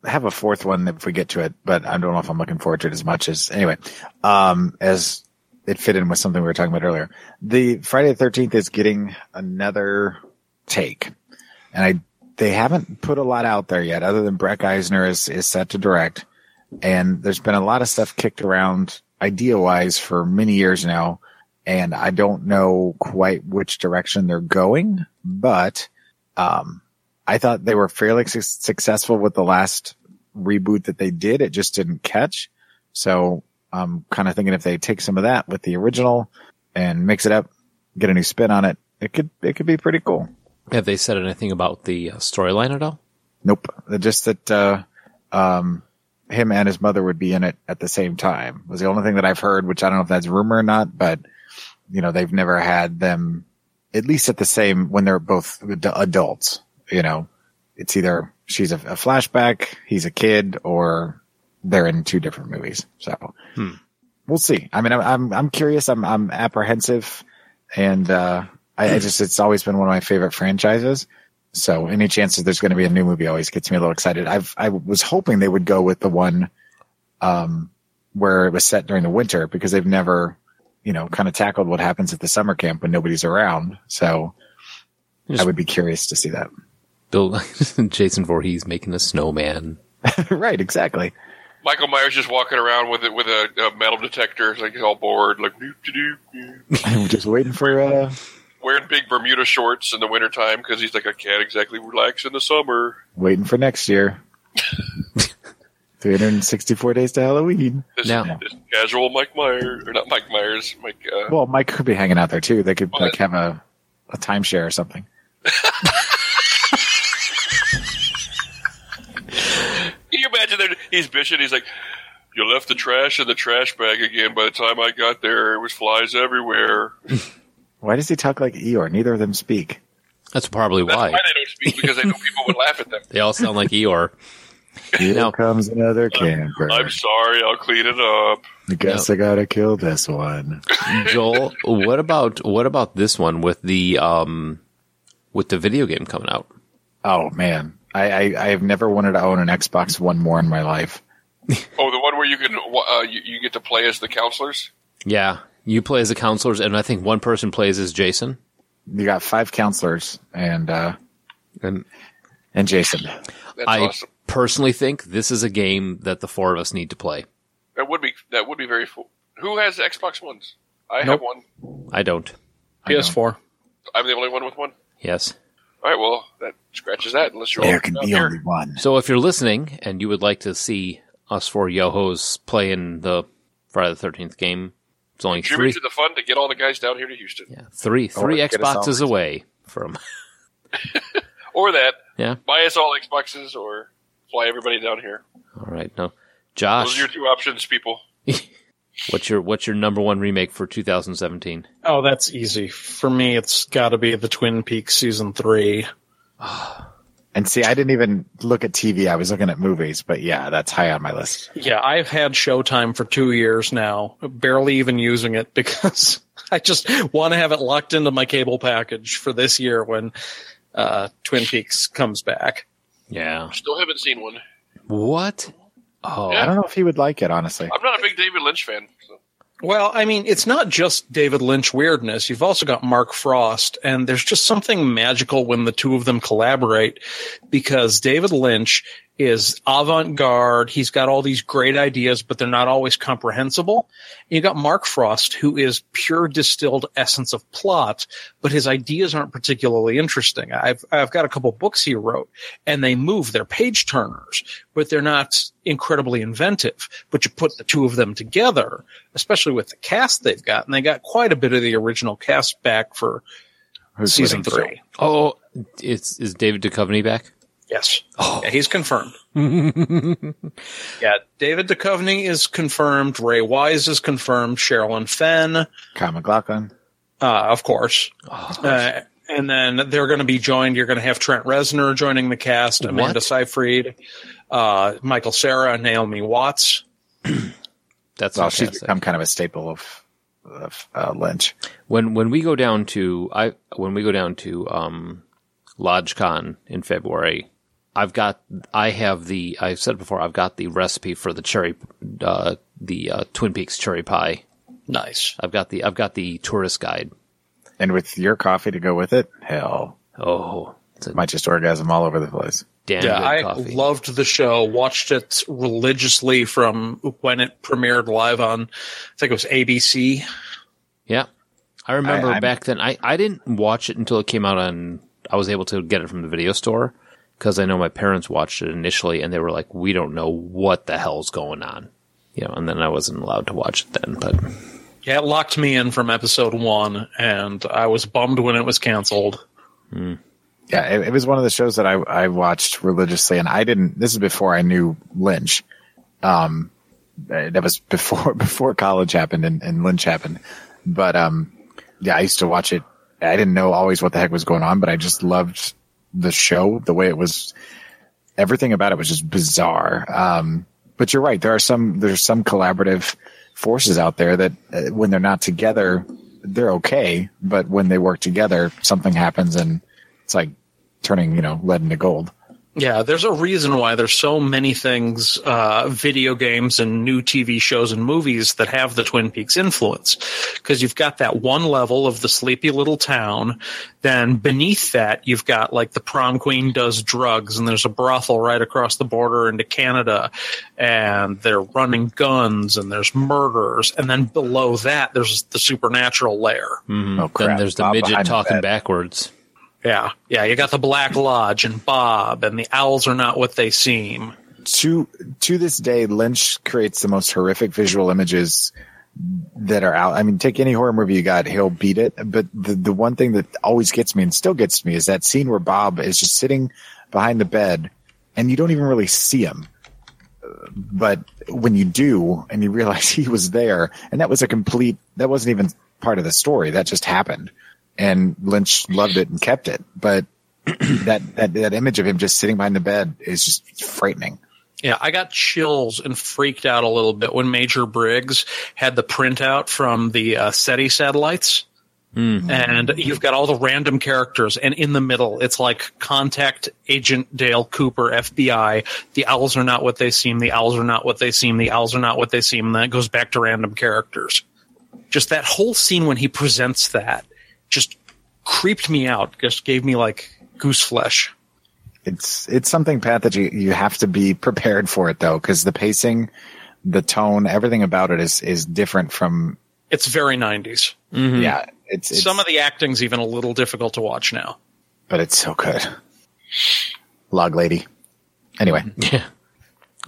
I have a fourth one if we get to it, but I don't know if I'm looking forward to it as much as anyway. Um, as it fit in with something we were talking about earlier, the Friday the Thirteenth is getting another take, and I they haven't put a lot out there yet, other than Breck Eisner is is set to direct, and there's been a lot of stuff kicked around idea wise for many years now. And I don't know quite which direction they're going, but um, I thought they were fairly su- successful with the last reboot that they did. It just didn't catch. So I'm kind of thinking if they take some of that with the original and mix it up, get a new spin on it, it could it could be pretty cool.
Have they said anything about the uh, storyline at all?
Nope, just that uh, um, him and his mother would be in it at the same time was the only thing that I've heard. Which I don't know if that's rumor or not, but you know they've never had them at least at the same when they're both ad- adults. You know, it's either she's a, a flashback, he's a kid, or they're in two different movies. So we'll see. I mean, I'm I'm, I'm curious. I'm I'm apprehensive, and uh, I, I just it's always been one of my favorite franchises. So any chance that there's going to be a new movie always gets me a little excited. I've I was hoping they would go with the one um, where it was set during the winter because they've never you know kind of tackled what happens at the summer camp when nobody's around. So I
Just-
would be curious to see that.
Bill Jason Voorhees making a snowman.
right, exactly.
Michael Myers just walking around with it with a, a metal detector, like he's all bored, like doop, doop, doop, doop.
I'm just waiting for uh,
wearing big Bermuda shorts in the wintertime because he's like I can't exactly relax in the summer.
waiting for next year. 364 days to Halloween.
This,
Now-
this casual Mike Myers or not Mike Myers, Mike. Uh,
Well, Mike could be hanging out there too. They could
Well,
like have a, a timeshare or something.
can you imagine that he's bitching? He's like, "You left the trash in the trash bag again." By the time I got there, it was flies everywhere.
Why does he talk like Eeyore? Neither of them speak.
That's probably
That's why
why.
they don't speak because they know people would laugh at them.
They all sound like Eeyore.
Here
No.
comes another camper.
I'm sorry, I'll clean it up.
I guess I gotta kill this one.
Joel, what about what about this one with the um with the video game coming out?
Oh man, I, I I have never wanted to own an Xbox One more in my life.
Oh, the one where you can uh, you, you get to play as the counselors.
Yeah, you play as the counselors, and I think one person plays as Jason.
You got five counselors and uh
And
and Jason.
That's
I
awesome.
personally think this is a game that the four of us need to play.
That would be that would be very cool. Who has Xbox Ones? I have
Nope.
one.
I don't.
PS4.
I'm the only one with one.
Yes.
All right, well that scratches that. Unless you're
There
all-
can
out
be
there.
only one.
So if you're listening and you would like to see us four yohos playing the Friday the Thirteenth game, it's only three,
contribute to the fund to get all the guys down here to Houston,
yeah, three,
Or
three
get us all
Xboxes away from.
or that
Yeah.
buy us all Xboxes, or fly everybody down here.
All right, no,
Those are
Josh,
your two options, people.
what's your what's your number one remake for 2017?
Oh, that's easy. For me, it's got to be the Twin Peaks season three.
And see, I didn't even look at TV. I was looking at movies, but yeah, that's high on my list.
Yeah, I've had Showtime for two years now, barely even using it because I just want to have it locked into my cable package for this year when uh, Twin Peaks comes back.
Yeah,
Still haven't seen one.
what? Oh,
I don't know if he would like it, honestly.
I'm not a big David Lynch fan. So.
Well, I mean, it's not just David Lynch weirdness. You've also got Mark Frost, and there's just something magical when the two of them collaborate because David Lynch is avant-garde. He's got all these great ideas, but they're not always comprehensible. And you got Mark Frost, who is pure distilled essence of plot, but his ideas aren't particularly interesting. I've I've got a couple books he wrote, and they move. They're page turners, but they're not incredibly inventive. But you put the two of them together, especially with the cast they've got, and they got quite a bit of the original cast back for
Who's
season
winning?
three.
Oh, it's is David Duchovny back?
Yes. Yeah, he's confirmed. yeah, David Duchovny is confirmed. Ray Wise is confirmed. Sherilyn Fenn, uh,
Kyle McLaughlin.
of course. Uh, and then they're going to be joined. You're going to have Trent Reznor joining the cast, Amanda
What?
Seyfried, uh, Michael Sarah, Naomi Watts.
That's
Well,
fantastic.
she's become kind of a staple of of uh, Lynch.
when when we go down to I when we go down to um, LodgeCon in February, I've got I have the I've said before I've got the recipe for the cherry uh, the uh, Twin Peaks cherry pie.
Nice.
I've got the I've got the tourist guide.
And with your coffee to go with it, hell,
Oh, it's a
might just orgasm all over the place.
damn
Yeah,
good
I
coffee.
loved the show. Watched it religiously from when it premiered live on, I think it was ABC.
yeah, I remember
I- I'm-
back then. I I didn't watch it until it came out on. I was able to get it from the video store because I know my parents watched it initially and they were like, "We don't know what the hell's going on," you know. And then I wasn't allowed to watch it then, but.
Yeah, it locked me in from episode one, and I was bummed when it was canceled.
Yeah, it, it was one of the shows that I, I watched religiously, and I didn't. This is before I knew Lynch. Um, uh, that was before before college happened and, and Lynch happened. But um, yeah, I used to watch it. I didn't know always what the heck was going on, but I just loved the show, the way it was. Everything about it was just bizarre. Um, but you're right. There are some there's some collaborative forces out there that uh, when they're not together, they're okay. But when they work together, something happens, and it's like turning you know lead into gold.
Yeah, there's a reason why there's so many things, uh, video games and new TV shows and movies that have the Twin Peaks influence. Because you've got that one level of the sleepy little town. Then beneath that, you've got like the prom queen does drugs and there's a brothel right across the border into Canada and they're running guns and there's murders. And then below that, there's the supernatural layer.
Oh crap!
Mm. Then there's the
Bob
midget
behind
talking
bed.
backwards.
Yeah. Yeah. You got the Black Lodge and Bob and the owls are not what they seem.
To to this day, Lynch creates the most horrific visual images that are out. I mean, take any horror movie you got, he'll beat it. But the the one thing that always gets me and still gets me is that scene where Bob is just sitting behind the bed, and you don't even really see him. But when you do, and you realize he was there, and that was a complete that wasn't even part of the story. That just happened, and Lynch loved it and kept it. But that, that that image of him just sitting behind the bed is just frightening.
Yeah, I got chills and freaked out a little bit when Major Briggs had the printout from the uh, SETI satellites. And you've got all the random characters, and in the middle, it's like contact agent Dale Cooper, FBI. The owls are not what they seem. The owls are not what they seem. The owls are not what they seem. And then it goes back to random characters. Just that whole scene when he presents that just creeped me out, just gave me like goose flesh.
It's it's something Pat that you you have to be prepared for it though, because the pacing, the tone, everything about it is is different from
It's very 90s.
yeah. It's, it's
Some of the acting's even a little difficult to watch now.
but it's so good. Log lady. Anyway,
Yeah.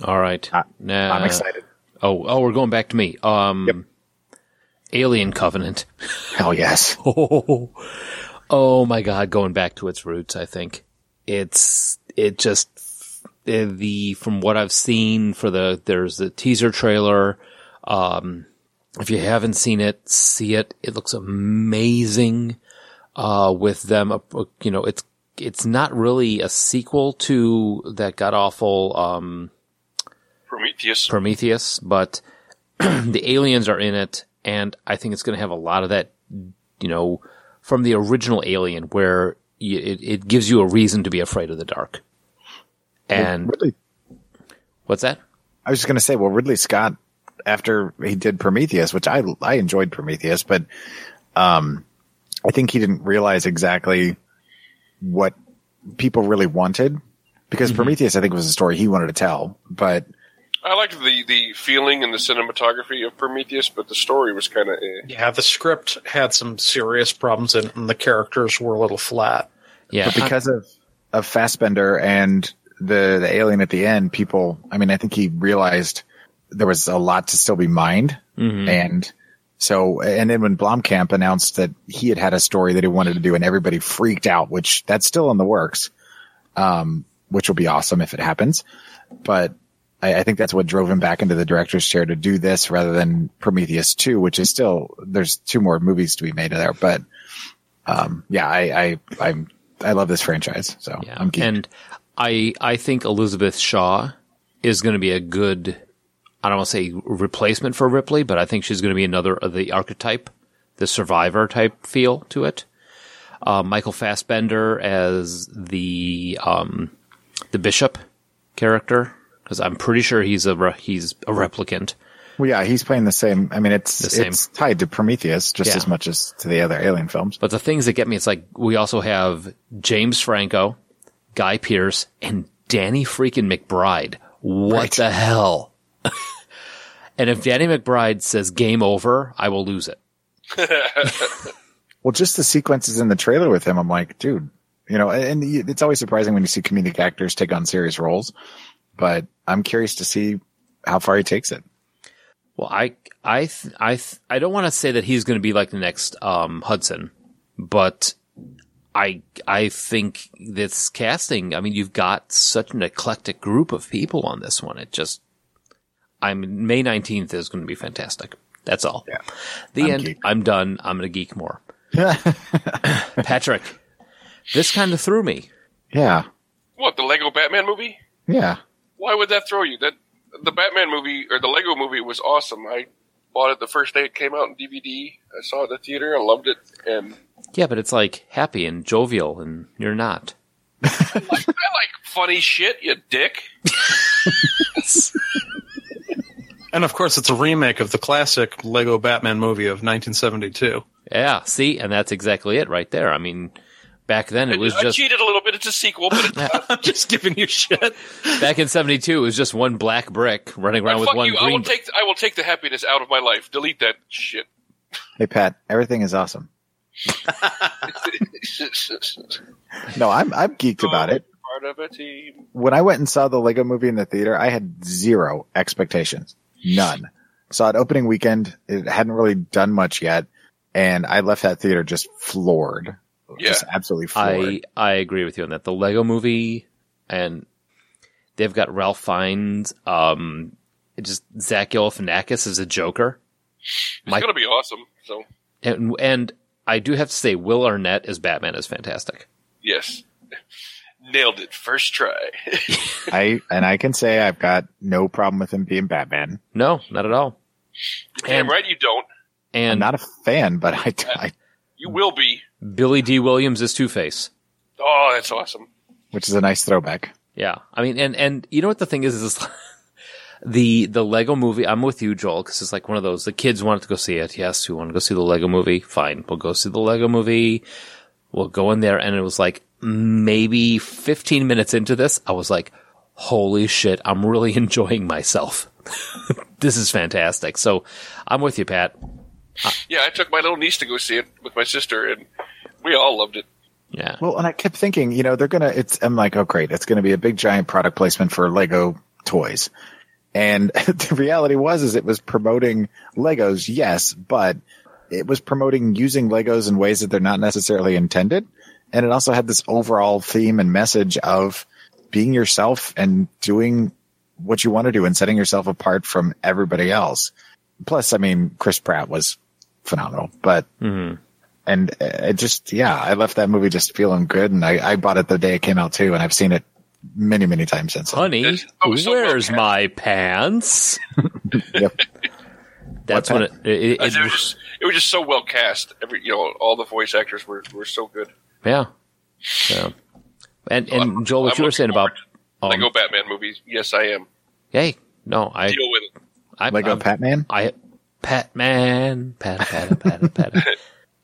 All right. Nah.
I'm excited.
Oh, oh, we're going back to me. Um, Alien Covenant.
Hell yes.
Oh, oh my God! Going back to its roots, I think it's it just eh, the from what I've seen for the there's the teaser trailer. Um, if you haven't seen it, see it. It looks amazing. Uh, with them, uh, you know, it's it's not really a sequel to that god awful um
Prometheus.
Prometheus, but the aliens are in it, and I think it's going to have a lot of that, you know, from the original Alien, where y it, it gives you a reason to be afraid of the dark. And
Ridley,
what's that?
I was just gonna say, well, Ridley Scott after he did Prometheus, which I I enjoyed Prometheus, but um, I think he didn't realize exactly what people really wanted because Prometheus, I think, was a story he wanted to tell, but
I liked the the feeling and the cinematography of Prometheus, but the story was kind of. Eh.
Yeah, the script had some serious problems in it, and the characters were a little flat.
Yeah,
but because of of Fassbender and the the alien at the end, people. I mean, I think he realized there was a lot to still be mined, and so and then when Blomkamp announced that he had had a story that he wanted to do, and everybody freaked out, which that's still in the works, um, which will be awesome if it happens. But I, I think that's what drove him back into the director's chair to do this rather than Prometheus two, which is still there's two more movies to be made there, but um, yeah, I, I, I'm, I love this franchise. So
yeah.
I'm geeked.
and I I think Elizabeth Shaw is going to be a good. I don't want to say replacement for Ripley, but I think she's going to be another of the archetype, the survivor type feel to it. Uh, Michael Fassbender as the um, the bishop character, because I'm pretty sure he's a re- he's a replicant.
well, yeah, he's playing the same. I mean, it's,
same.
it's tied to Prometheus just
Yeah.
as much as to the other alien films.
But the things that get me, it's like we also have James Franco, Guy Pierce, and Danny freaking McBride. What
Right.
the hell? and if Danny McBride says game over, I will lose it.
Well, just the sequences in the trailer with him, I'm like, dude, you know, and you- it's always surprising when you see comedic actors take on serious roles, but I'm curious to see how far he takes it.
Well, I, I, th- I, th- I don't want to say that he's going to be like the next um, Hudson, but I, I think this casting. I mean, you've got such an eclectic group of people on this one. It just, I'm May nineteenth is going to be fantastic. That's all. Yeah. The
I'm
end.
geeked.
I'm done. I'm going to geek more. Patrick, this kind of threw me.
Yeah.
What the Lego Batman movie?
Yeah.
Why would that throw you? That the Batman movie or the Lego movie was awesome. I bought it the first day it came out in DVD. I saw it at the theater. I loved it, and
Yeah, but it's like happy and jovial, and you're not.
I like funny shit. You dick.
And of course, it's a remake of the classic Lego Batman movie of 1972.
Yeah. See, and that's exactly it right there. I mean, back then it was
I
just.
cheated a little bit. It's a sequel, but it's
I'm just giving you shit.
Back in '72, it was just one black brick running around with
fuck
one
you. I
green.
will take I will take the happiness out of my life. Delete that shit.
Hey, Pat, everything is awesome. No, I'm, I'm geeked about it.
Part of a team.
when I went and saw the Lego movie in the theater, I had zero expectations. None. Saw it opening weekend. It hadn't really done much yet. And I left that theater just floored.
Yeah.
Just absolutely floored.
I I agree with you on that. The Lego Movie, and they've got Ralph Fiennes, um, it just Zach Galifianakis as a Joker,
It's
Mike-
gonna be awesome. So
and and I do have to say Will Arnett as Batman is fantastic.
yes, nailed it first try.
I, and I can say I've got no problem with him being Batman.
No, not at all.
Damn
And
right you don't.
I'm
and
not a fan, but I, I
You will be.
Billy D. Williams is Two Face.
Oh, that's awesome.
which is a nice throwback.
Yeah, I mean, and and you know what the thing is is the the Lego movie. I'm with you, Joel, because it's like one of those. The kids wanted to go see it. Yes, we want to go see the Lego movie. Fine, we'll go see the Lego movie. We'll go in there, and it was like maybe 15 minutes into this, I was like, "Holy shit, I'm really enjoying myself. this is fantastic." So, I'm with you, Pat.
Yeah, I took my little niece to go see it with my sister, and we all loved it.
Yeah,
Well, and I kept thinking, you know, they're gonna. It's. I'm like, oh great, it's gonna be a big giant product placement for Lego toys. And the reality was, is it was promoting Legos, yes, but it was promoting using Legos in ways that they're not necessarily intended. And it also had this overall theme and message of being yourself and doing what you want to do and setting yourself apart from everybody else. Plus, I mean, Chris Pratt was phenomenal, but and uh, it just yeah i left that movie just feeling good and i, I bought it the day it came out too and i've seen it many many times since then.
honey,
That's- oh, so well,
where's
Pat.
my pants?
Yep.
That's when it. it, it-
It was, just, it was just so well cast. Every you know, all the voice actors were, were so good.
Yeah. So, and and
I'm-
Joel, what
I'm
you were
looking
saying about um,
Lego oh, Batman movies. Yes, I am.
hey, no, I
Deal with it.
I
lego
I'm-
patman
I Pat man, pat pat pat pat.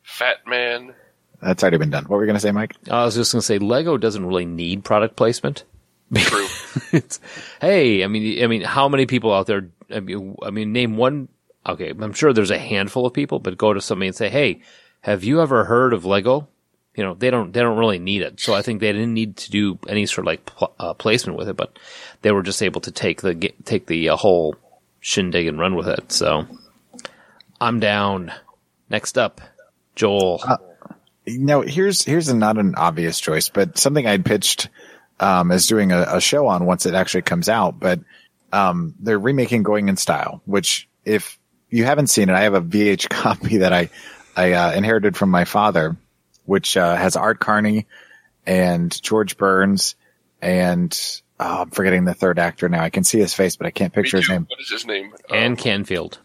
Fat Man.
that's already been done what were you gonna say mike
I was just gonna say Lego doesn't really need product placement.
True.
it's, hey, I mean, I mean, how many people out there? I mean, I mean, name one. Okay, I'm sure there's a handful of people, but go to somebody and say, "Hey, have you ever heard of Lego?" You know, they don't they don't really need it, so I think they didn't need to do any sort of like pl- uh, placement with it, but they were just able to take the ge- take the uh, whole shindig and run with it. So I'm down. Next up, Joel.
No, here's here's a, not an obvious choice, but something I'd pitched um, as doing a, a show on once it actually comes out. But um, they're remaking Going in Style, which if you haven't seen it, I have a VH copy that I I uh, inherited from my father, which uh, has Art Carney and George Burns and oh, I'm forgetting the third actor now. I can see his face, but I can't
Me
picture his
too.
name.
What is his name? Uh,
and Canfield.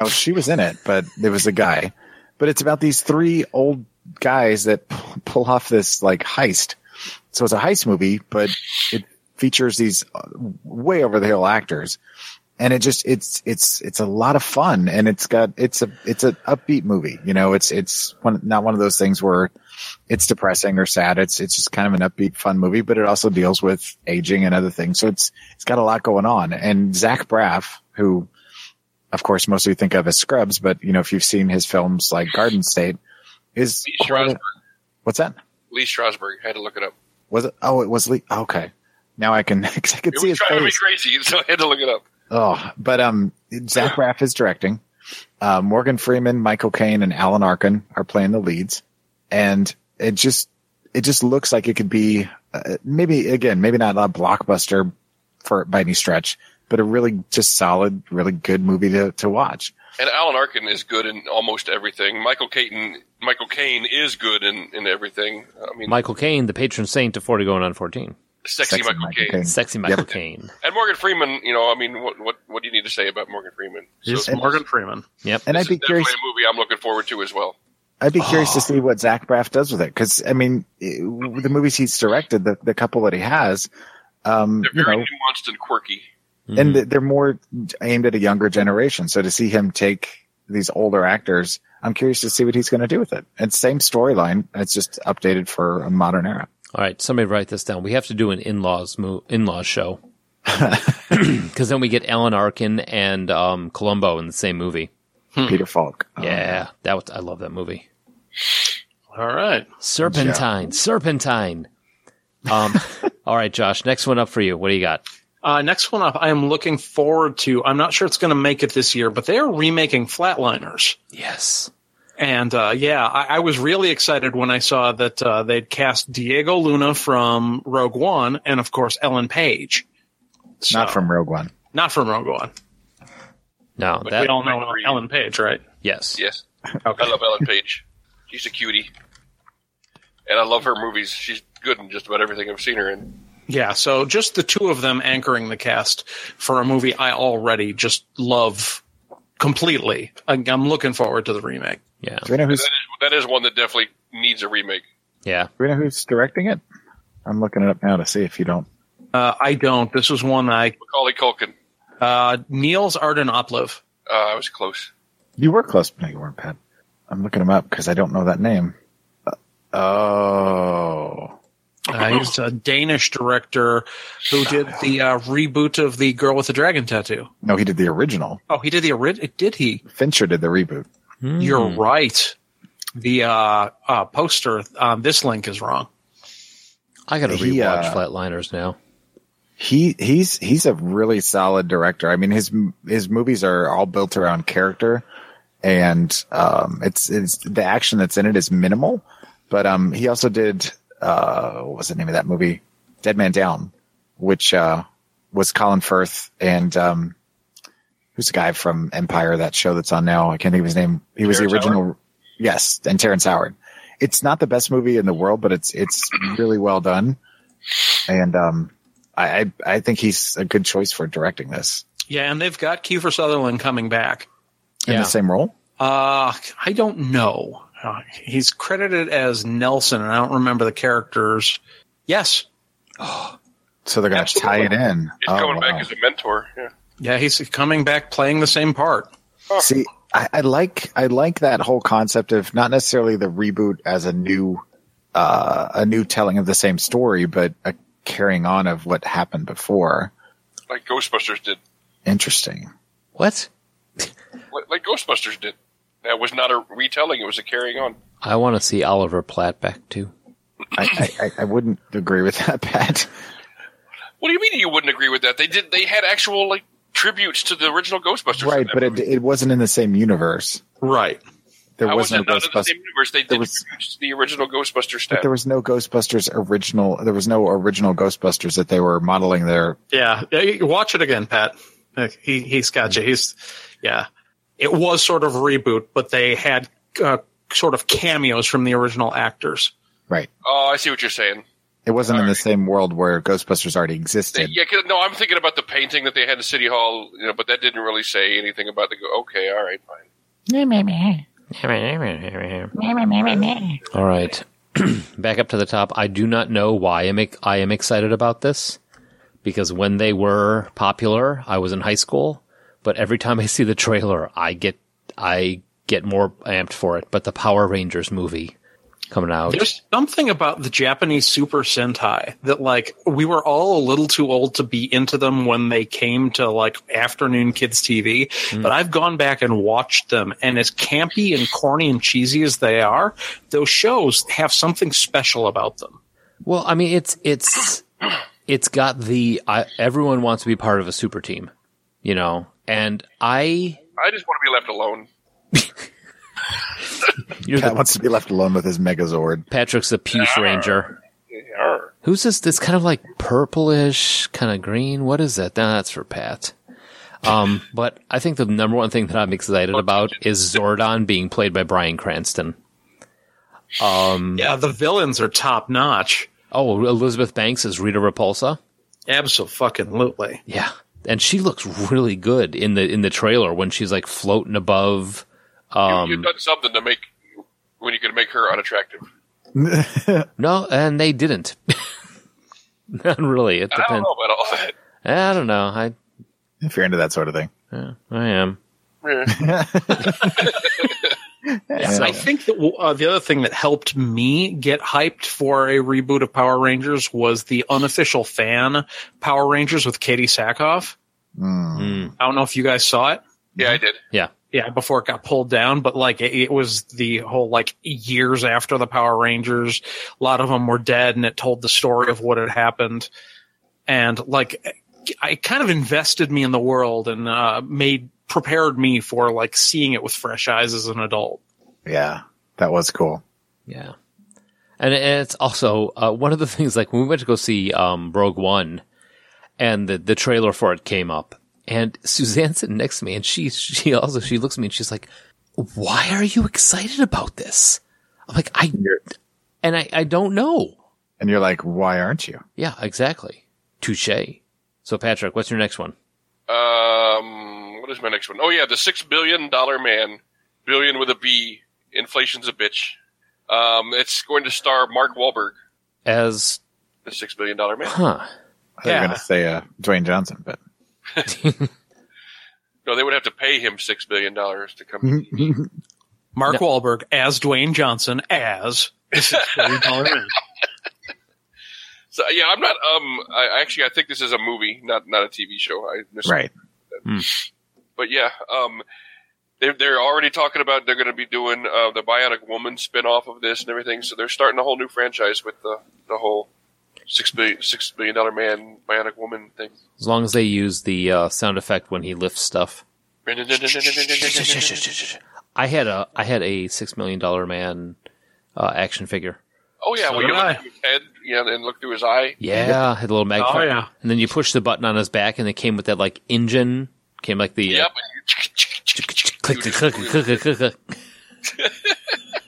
No, she was in it, but it was a guy. But it's about these three old guys that p- pull off this like heist. So it's a heist movie, but it features these uh, way over the hill actors, and it just it's it's it's a lot of fun, and it's got it's a it's an upbeat movie. You know, it's it's one not one of those things where it's depressing or sad. It's it's just kind of an upbeat, fun movie, but it also deals with aging and other things. So it's it's got a lot going on. And Zach Braff, who of course most of you think of as Scrubs, but you know if you've seen his films like Garden State, is
Lee
quite a-
Strasberg.
what's that?
Lee Strasberg. I had to look it up.
Was it? Oh, it was Lee. Okay, now I can 'cause I can
It
see
was
his
driving me
face.
crazy, so I had to look it up.
Oh, but um, Zach Braff is directing. Uh, Morgan Freeman, Michael Caine, and Alan Arkin are playing the leads, and it just it just looks like it could be uh, maybe again maybe not a blockbuster for by any stretch, but a really just solid, really good movie to to watch.
And Alan Arkin is good in almost everything. Michael Caton, Michael Caine is good in, in everything. I mean,
Michael Caine, the patron saint of 40 going on 14.
sexy,
Sexy
Michael,
Michael
Caine.
Caine.
Sexy Michael Caine.
And Morgan Freeman, you know, I mean, what what, what do you need to say about Morgan Freeman? So
It's Morgan Freeman.
Yep.
And
this
I'd be
is definitely
curious.
a movie I'm looking forward to as well.
I'd be curious to see what Zach Braff does with it because I mean, it- the movies he's directed, the, the couple that he has, um,
They're
you
very
know,
nuanced and quirky.
and th- they're more aimed at a younger generation. So to see him take these older actors, I'm curious to see what he's going to do with it. It's same storyline. It's just updated for a modern era.
All right, somebody write this down. We have to do an in-laws mo- in-laws show. Cuz then we get Alan Arkin and um, Columbo in the same movie.
Hmm.
Peter Falk. Um,
Oh, Yeah, that was I love that movie.
All right.
Serpentine, Serpentine. Um all right, Josh, next one up for you. What do you got?
Uh, next one up, I am looking forward to. I'm not sure it's going to make it this year, but they are remaking Flatliners.
Yes.
And uh, yeah, I, I was really excited when I saw that uh, they'd cast Diego Luna from Rogue One, and of course Ellen Page. So-
not from Rogue One.
not from Rogue One.
No,
we
that
all know Ellen Page, right?
yes.
Yes. I love Ellen Page. She's a cutie. And I love her movies. She's good in just about everything I've seen her in.
Yeah. So just the two of them anchoring the cast for a movie I already just love completely. I- I'm looking forward to the remake.
Yeah.
Do we know
That
who's
is, that is one that definitely needs a remake.
Yeah.
Do we know who's directing it? I'm looking it up now to see if you don't.
Uh, I don't. This was one I
Macaulay Culkin.
uh, Niels Arden Opliv.
Uh, I was close.
You were close, but no, you weren't, Pat. I'm looking him up because I don't know that name. Uh, oh.
Uh, he's a Danish director who did the uh, reboot of the Girl with the Dragon Tattoo.
No, he did the original.
Oh, he did the original. Did he?
Fincher did the reboot.
You're
Hmm.
right. The uh, uh, poster on this link is wrong.
I got to rewatch
He, uh,
Flatliners now.
He he's he's a really solid director. I mean his his movies are all built around character, and um, it's it's the action that's in it is minimal. But um, he also did uh, what was the name of that movie? Dead Man Down, which uh, was Colin Firth and um, who's the guy from Empire that show that's on now? I can't think of his name. He was the
Terrence
original. Yes, and Terrence Howard. It's not the best movie in the world, but it's it's really well done, and um, I I, I think he's a good choice for directing this
Yeah, and they've got Kiefer Sutherland coming back.
in
Yeah.
the same role.
Uh, I don't know. Uh, he's credited as Nelson, and I don't remember the characters. Yes.
So they're going to tie it in.
He's
Oh,
coming
wow.
back as a mentor. Yeah.
Yeah, he's coming back playing the same part.
See, I, I like I like that whole concept of not necessarily the reboot as a new uh, a new telling of the same story, but a carrying on of what happened before.
like Ghostbusters did.
Interesting.
What?
Like, like Ghostbusters did. That was not a retelling; it was a carrying on.
I want to see Oliver Platt back too.
I, I, I, I wouldn't agree with that, Pat.
What do you mean you wouldn't agree with that? They did. They had actual like tributes to the original Ghostbusters. in
Right,
that
but it,
movie.
it wasn't in the same universe.
Right.
There
How
was
was
no
it not in the
Ghostbusters.
same universe? They
There
did
was-
tributes to the original Ghostbusters
But
staff.
there was no Ghostbusters original. There was no original Ghostbusters that they were modeling their.
Yeah. Yeah, you- Watch it again, Pat. Uh, He he's got you. He's yeah. It was sort of reboot, but they had uh, sort of cameos from the original actors.
Right.
oh, I see what you're saying.
It wasn't in the same world where Ghostbusters already existed.
Yeah, 'cause- no, I'm thinking about the painting that they had in City Hall, you know, but that didn't really say anything about the. go- Okay, all right, fine.
All right. Back up to the top. I do not know why I'm, I am excited about this because when they were popular, I was in high school, but every time I see the trailer, I get I get more amped for it. But the Power Rangers movie coming out.
There's something about the Japanese Super Sentai that like we were all a little too old to be into them when they came to like afternoon kids TV, but I've gone back and watched them and as campy and corny and cheesy as they are, those shows have something special about them.
Well, I mean, it's it's it's got the I, everyone wants to be part of a super team, you know. And I,
I just want to be left alone.
you're
Pat
the,
wants to be left alone with his Megazord.
Patrick's the Puce Ranger.
Yarr.
Who's this? This kind of like purplish, kind of green. What is that? No, that's for Pat. Um, but I think the number one thing that I'm excited about is Zordon being played by Brian Cranston.
Yeah, the villains are top notch.
Oh, Elizabeth Banks is Rita Repulsa.
Absolutely.
Yeah, and she looks really good in the in the trailer when she's like floating above.
You've done something to make when you could make her unattractive.
No, and they didn't. Not really. It
I don't
depends.
know about all that.
I don't know. I
If you're into that sort of thing,
I am.
Yeah.
I think that uh, the other thing that helped me get hyped for a reboot of Power Rangers was the unofficial fan Power Rangers with Katie Sackhoff. I don't know if you guys saw it.
yeah, I did.
Yeah.
Yeah, before it got pulled down, but like it, it was the whole like years after the Power Rangers, a lot of them were dead, and it told the story of what had happened, and like I kind of invested me in the world and uh, made prepared me for like seeing it with fresh eyes as an adult.
yeah, that was cool.
Yeah. And and it's also uh, one of the things, like when we went to go see um, Rogue One and the, the trailer for it came up and Suzanne's sitting next to me and she, she also, she looks at me and she's like, why are you excited about this? I'm like, I, and I, I don't know.
And you're like, why aren't you?
Yeah, exactly. Touche. So Patrick, what's your next one?
Um, what is my next one? Oh yeah, the six billion dollar man, billion with a B. Inflation's a bitch. Um, it's going to star Mark Wahlberg,
As,
the six billion dollar man.
huh.
I thought you were going to say uh, Dwayne Johnson, but
No, they would have to pay him six billion dollars to come.
Mm-hmm.
Mark Wahlberg as Dwayne Johnson as
so yeah, I'm not. Um, I actually I think this is a movie, not not a TV show. I mis-
right.
But yeah, um, they're they're already talking about they're going to be doing uh, the Bionic Woman spin off of this and everything. So they're starting a whole new franchise with the the whole six billion six billion dollar man Bionic Woman thing.
As long as they use the uh, sound effect when he lifts stuff. I had a I had a six million dollar man uh, action figure.
Oh yeah,
So
well you
did I.
look through his head, yeah, and look through his eye.
Yeah, had a little magnet.
Oh, yeah.
And then you push the button on his back, and it came with that like engine. Came like the uh,
Yep. and
click, click, click, click, click, click, click.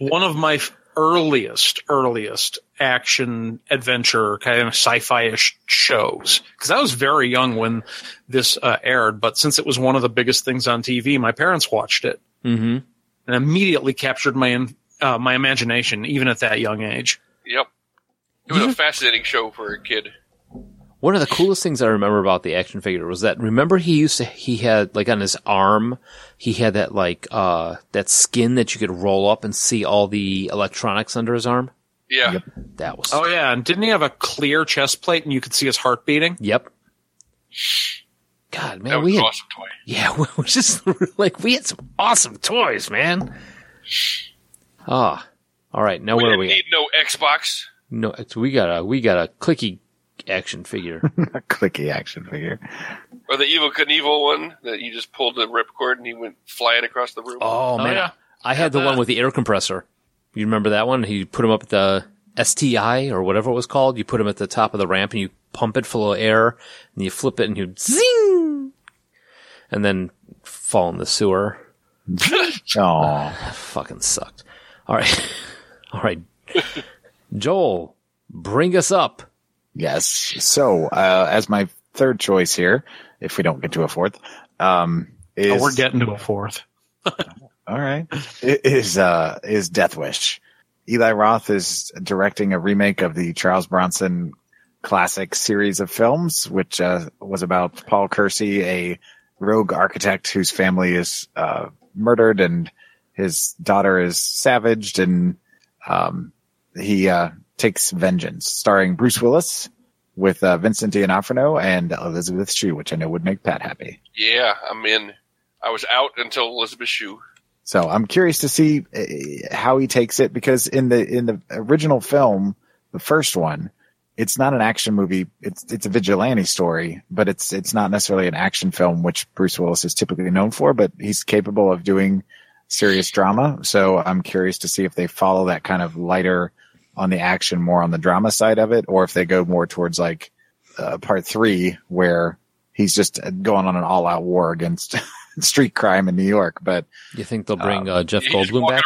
one of my f- earliest, earliest action adventure kind of sci-fi-ish shows. Because I was very young when this uh, aired, but since it was one of the biggest things on TV, my parents watched it
Mm-hmm.
and immediately captured my in, uh, my imagination, even at that young age.
Yep. It was a
Mm-hmm.
fascinating show for a kid.
One of the coolest things I remember about the action figure was that remember he used to he had like on his arm he had that like uh that skin that you could roll up and see all the electronics under his arm.
Yeah.
Yep.
That was.
Oh yeah, and didn't he have a clear chest plate and you could see his heart beating?
Yep. God,
That
man,
was
we
an
had,
awesome toy.
yeah, we were just like we had some awesome toys, man. Ah, all right. Now
We
where are
didn't
we? At?
need no Xbox.
No, it's, we got a we got a clicky action figure.
A clicky action figure.
Or the Evil Knievel one that you just pulled the ripcord and he went flying across the room.
Oh, man,
yeah.
I had the one with the air compressor. You remember that one? He put him up at the STI or whatever it was called. You put him at the top of the ramp and you pump it full of air and you flip it and you zing, and then fall in the sewer.
Oh,
fucking sucked. All right. All right. Joel, bring us up.
yes. So, uh, as my third choice here, if we don't get to a fourth, um, is
Oh, we're getting to a fourth.
All right. It is uh is Death Wish. Eli Roth is directing a remake of the Charles Bronson classic series of films, which uh, was about Paul Kersey, a rogue architect whose family is uh, murdered and his daughter is savaged, and um, he uh, takes vengeance. Starring Bruce Willis with uh, Vincent D'Onofrio and Elizabeth Shue, which I know would make Pat happy.
Yeah, I'm in. I was out until Elizabeth Shue.
So I'm curious to see uh, how he takes it because in the in the original film, the first one, it's not an action movie. It's it's a vigilante story, but it's it's not necessarily an action film, which Bruce Willis is typically known for. But he's capable of doing serious drama. So I'm curious to see if they follow that kind of lighter on the action, more on the drama side of it, or if they go more towards like uh, part three, where he's just going on an all out war against street crime in New York, but
You think they'll bring uh, Jeff
He's just
Goldblum
walking
back?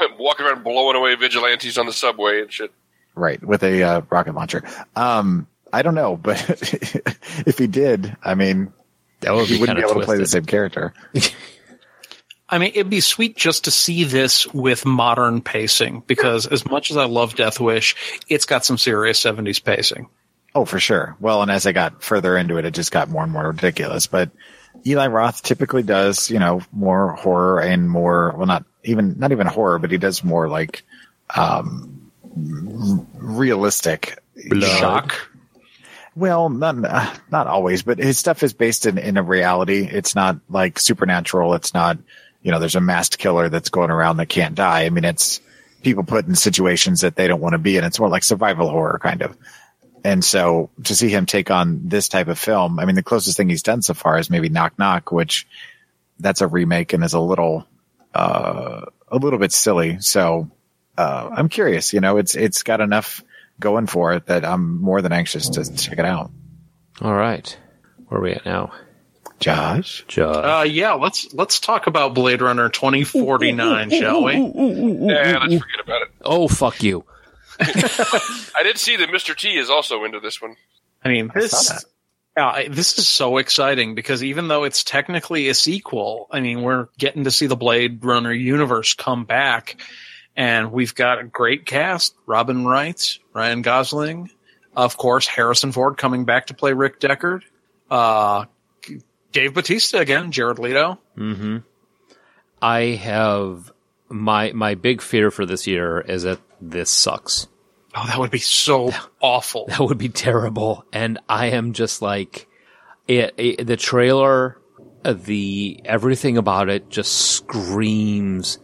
around, walking around blowing away vigilantes on the subway and shit.
right with a uh, rocket launcher um i don't know but if he did i mean
That would
he
be
wouldn't
kind of
be able to play the
twisted.
same character
I mean, it'd be sweet just to see this with modern pacing because as much as I love Death Wish, it's got some serious 70s pacing.
oh for sure well and as i got further into it it just got more and more ridiculous but eli roth typically does you know more horror and more well not even not even horror but he does more like um r- realistic
Shock.
Well, not uh, not always, but his stuff is based in in a reality. It's not like supernatural. It's not you know there's a masked killer that's going around that can't die. I mean, it's people put in situations that they don't want to be in. It's more like survival horror kind of. And so to see him take on this type of film, I mean, the closest thing he's done so far is maybe Knock Knock, which that's a remake and is a little uh, a little bit silly. So uh, I'm curious. You know, it's it's got enough going for it that I'm more than anxious to check it out.
All right. Where are we at now?
Josh,
Josh.
Uh, yeah, let's let's talk about Blade Runner 2049, shall we?
Yeah, let's forget about it.
Oh, fuck you.
I did see that Mr. T is also into this one.
I mean,
saw that.
this yeah, I- this is so exciting because even though it's technically a sequel, I mean, we're getting to see the Blade Runner universe come back, and we've got a great cast: Robin Wright, Ryan Gosling, of course, Harrison Ford coming back to play Rick Deckard, uh, Dave Batista again, Jared Leto.
Mm-hmm. I have my my big fear for this year is that this sucks.
Oh, that would be so awful.
That would be terrible. And I am just like, it, it, the trailer, uh, the everything about it just screams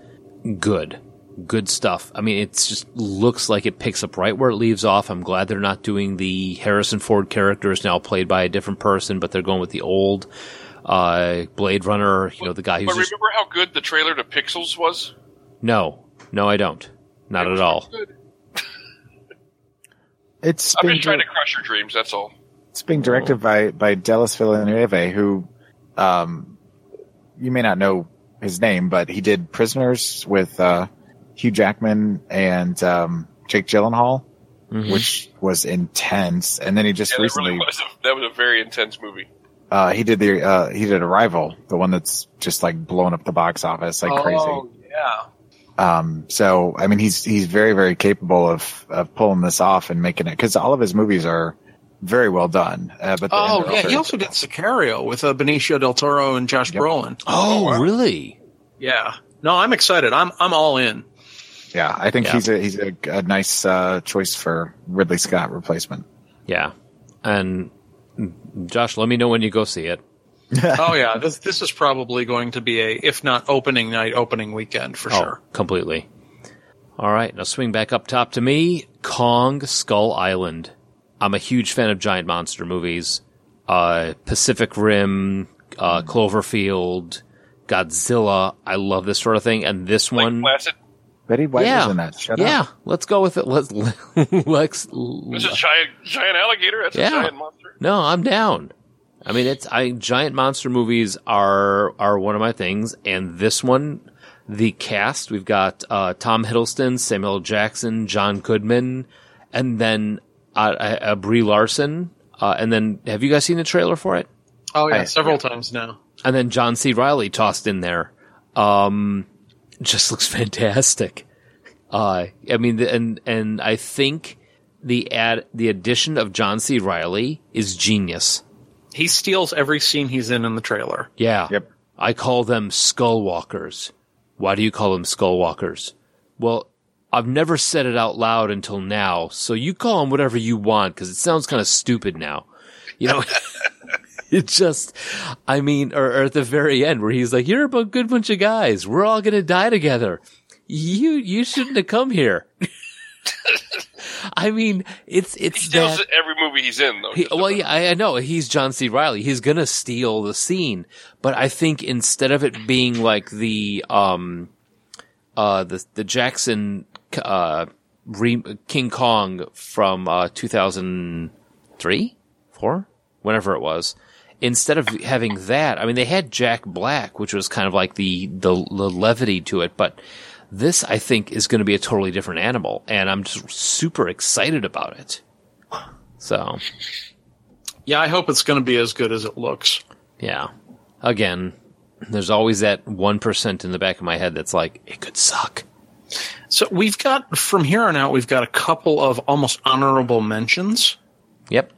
good, good stuff. I mean, it just looks like it picks up right where it leaves off. I'm glad they're not doing the Harrison Ford character is now played by a different person, but they're going with the old uh, Blade Runner. You know, the guy
But
who's just,
remember how good the trailer to Pixels was?
no, no, I don't, not at all.
it's
I'm
being,
just trying to crush your dreams. That's all.
it's being directed by by Dallas Villeneuve, who, um, you may not know his name, but he did Prisoners with uh, Hugh Jackman and um, Jake Gyllenhaal,
Mhm.
which was intense. And then he just
Yeah, that
recently
really was. A, that was a very intense movie.
uh, he did the uh, he did Arrival, the one that's just like blowing up the box office like crazy.
Oh, yeah.
Um, so I mean, he's he's very very capable of of pulling this off and making it because all of his movies are very well done. Uh, but the
Oh,
end
yeah. He
result-
also did Sicario with uh, Benicio del Toro and Josh
Yep.
Brolin.
Oh, really?
Yeah. No, I'm excited. I'm I'm all in.
Yeah, I think
Yeah.
he's a he's a, a nice uh, choice for Ridley Scott replacement.
Yeah. And Josh, let me know when you go see it.
oh yeah, this this is probably going to be a if not opening night, opening weekend for sure.
Oh, completely. All right, now swing back up top to me. Kong Skull Island. I'm a huge fan of giant monster movies. Uh, Pacific Rim, uh,
Hmm.
Cloverfield, Godzilla. I love this sort of thing, and this one.
Placid.
Betty White
yeah,
was in that. Shut
yeah.
up.
Let's go with it. Let's let's.
That's a giant, giant alligator. That's
Yeah.
a giant monster.
No, I'm down. I mean, it's I giant monster movies are are one of my things, and this one, the cast we've got uh, Tom Hiddleston, Samuel L. Jackson, John Goodman, and then uh, uh, Brie Larson, uh, and then have you guys seen the trailer for it?
Oh yeah,
I-
several times now.
And then John C. Riley tossed in there. Um, just looks fantastic. Uh, I mean, the- and and I think the ad the addition of John C. Riley is genius.
He steals every scene he's in in the trailer.
Yeah.
Yep.
I call them skull walkers. Why do you call them skull walkers? Well, I've never said it out loud until now, so you call them whatever you want because it sounds kind of stupid now. You know, it just, I mean, or, or at the very end where he's like, "You're a bu- good bunch of guys. We're all gonna die together. You you shouldn't have come here." I mean, it's
He
it's
steals
that.
every movie he's in, though.
He,
Just
well,
about.
yeah, I, I know he's John C. Riley. He's gonna steal the scene, but I think instead of it being like the um, uh, the the Jackson uh, re- King Kong from uh, two thousand three, four, whenever it was. Instead of having that, I mean, they had Jack Black, which was kind of like the the, the levity to it, but this I think is going to be a totally different animal, and I'm just super excited about it. So.
Yeah, I hope it's going to be as good as it looks.
Yeah. Again, there's always that 1% in the back of my head that's like, it could suck.
So we've got from here on out, we've got a couple of almost honorable mentions.
Yep.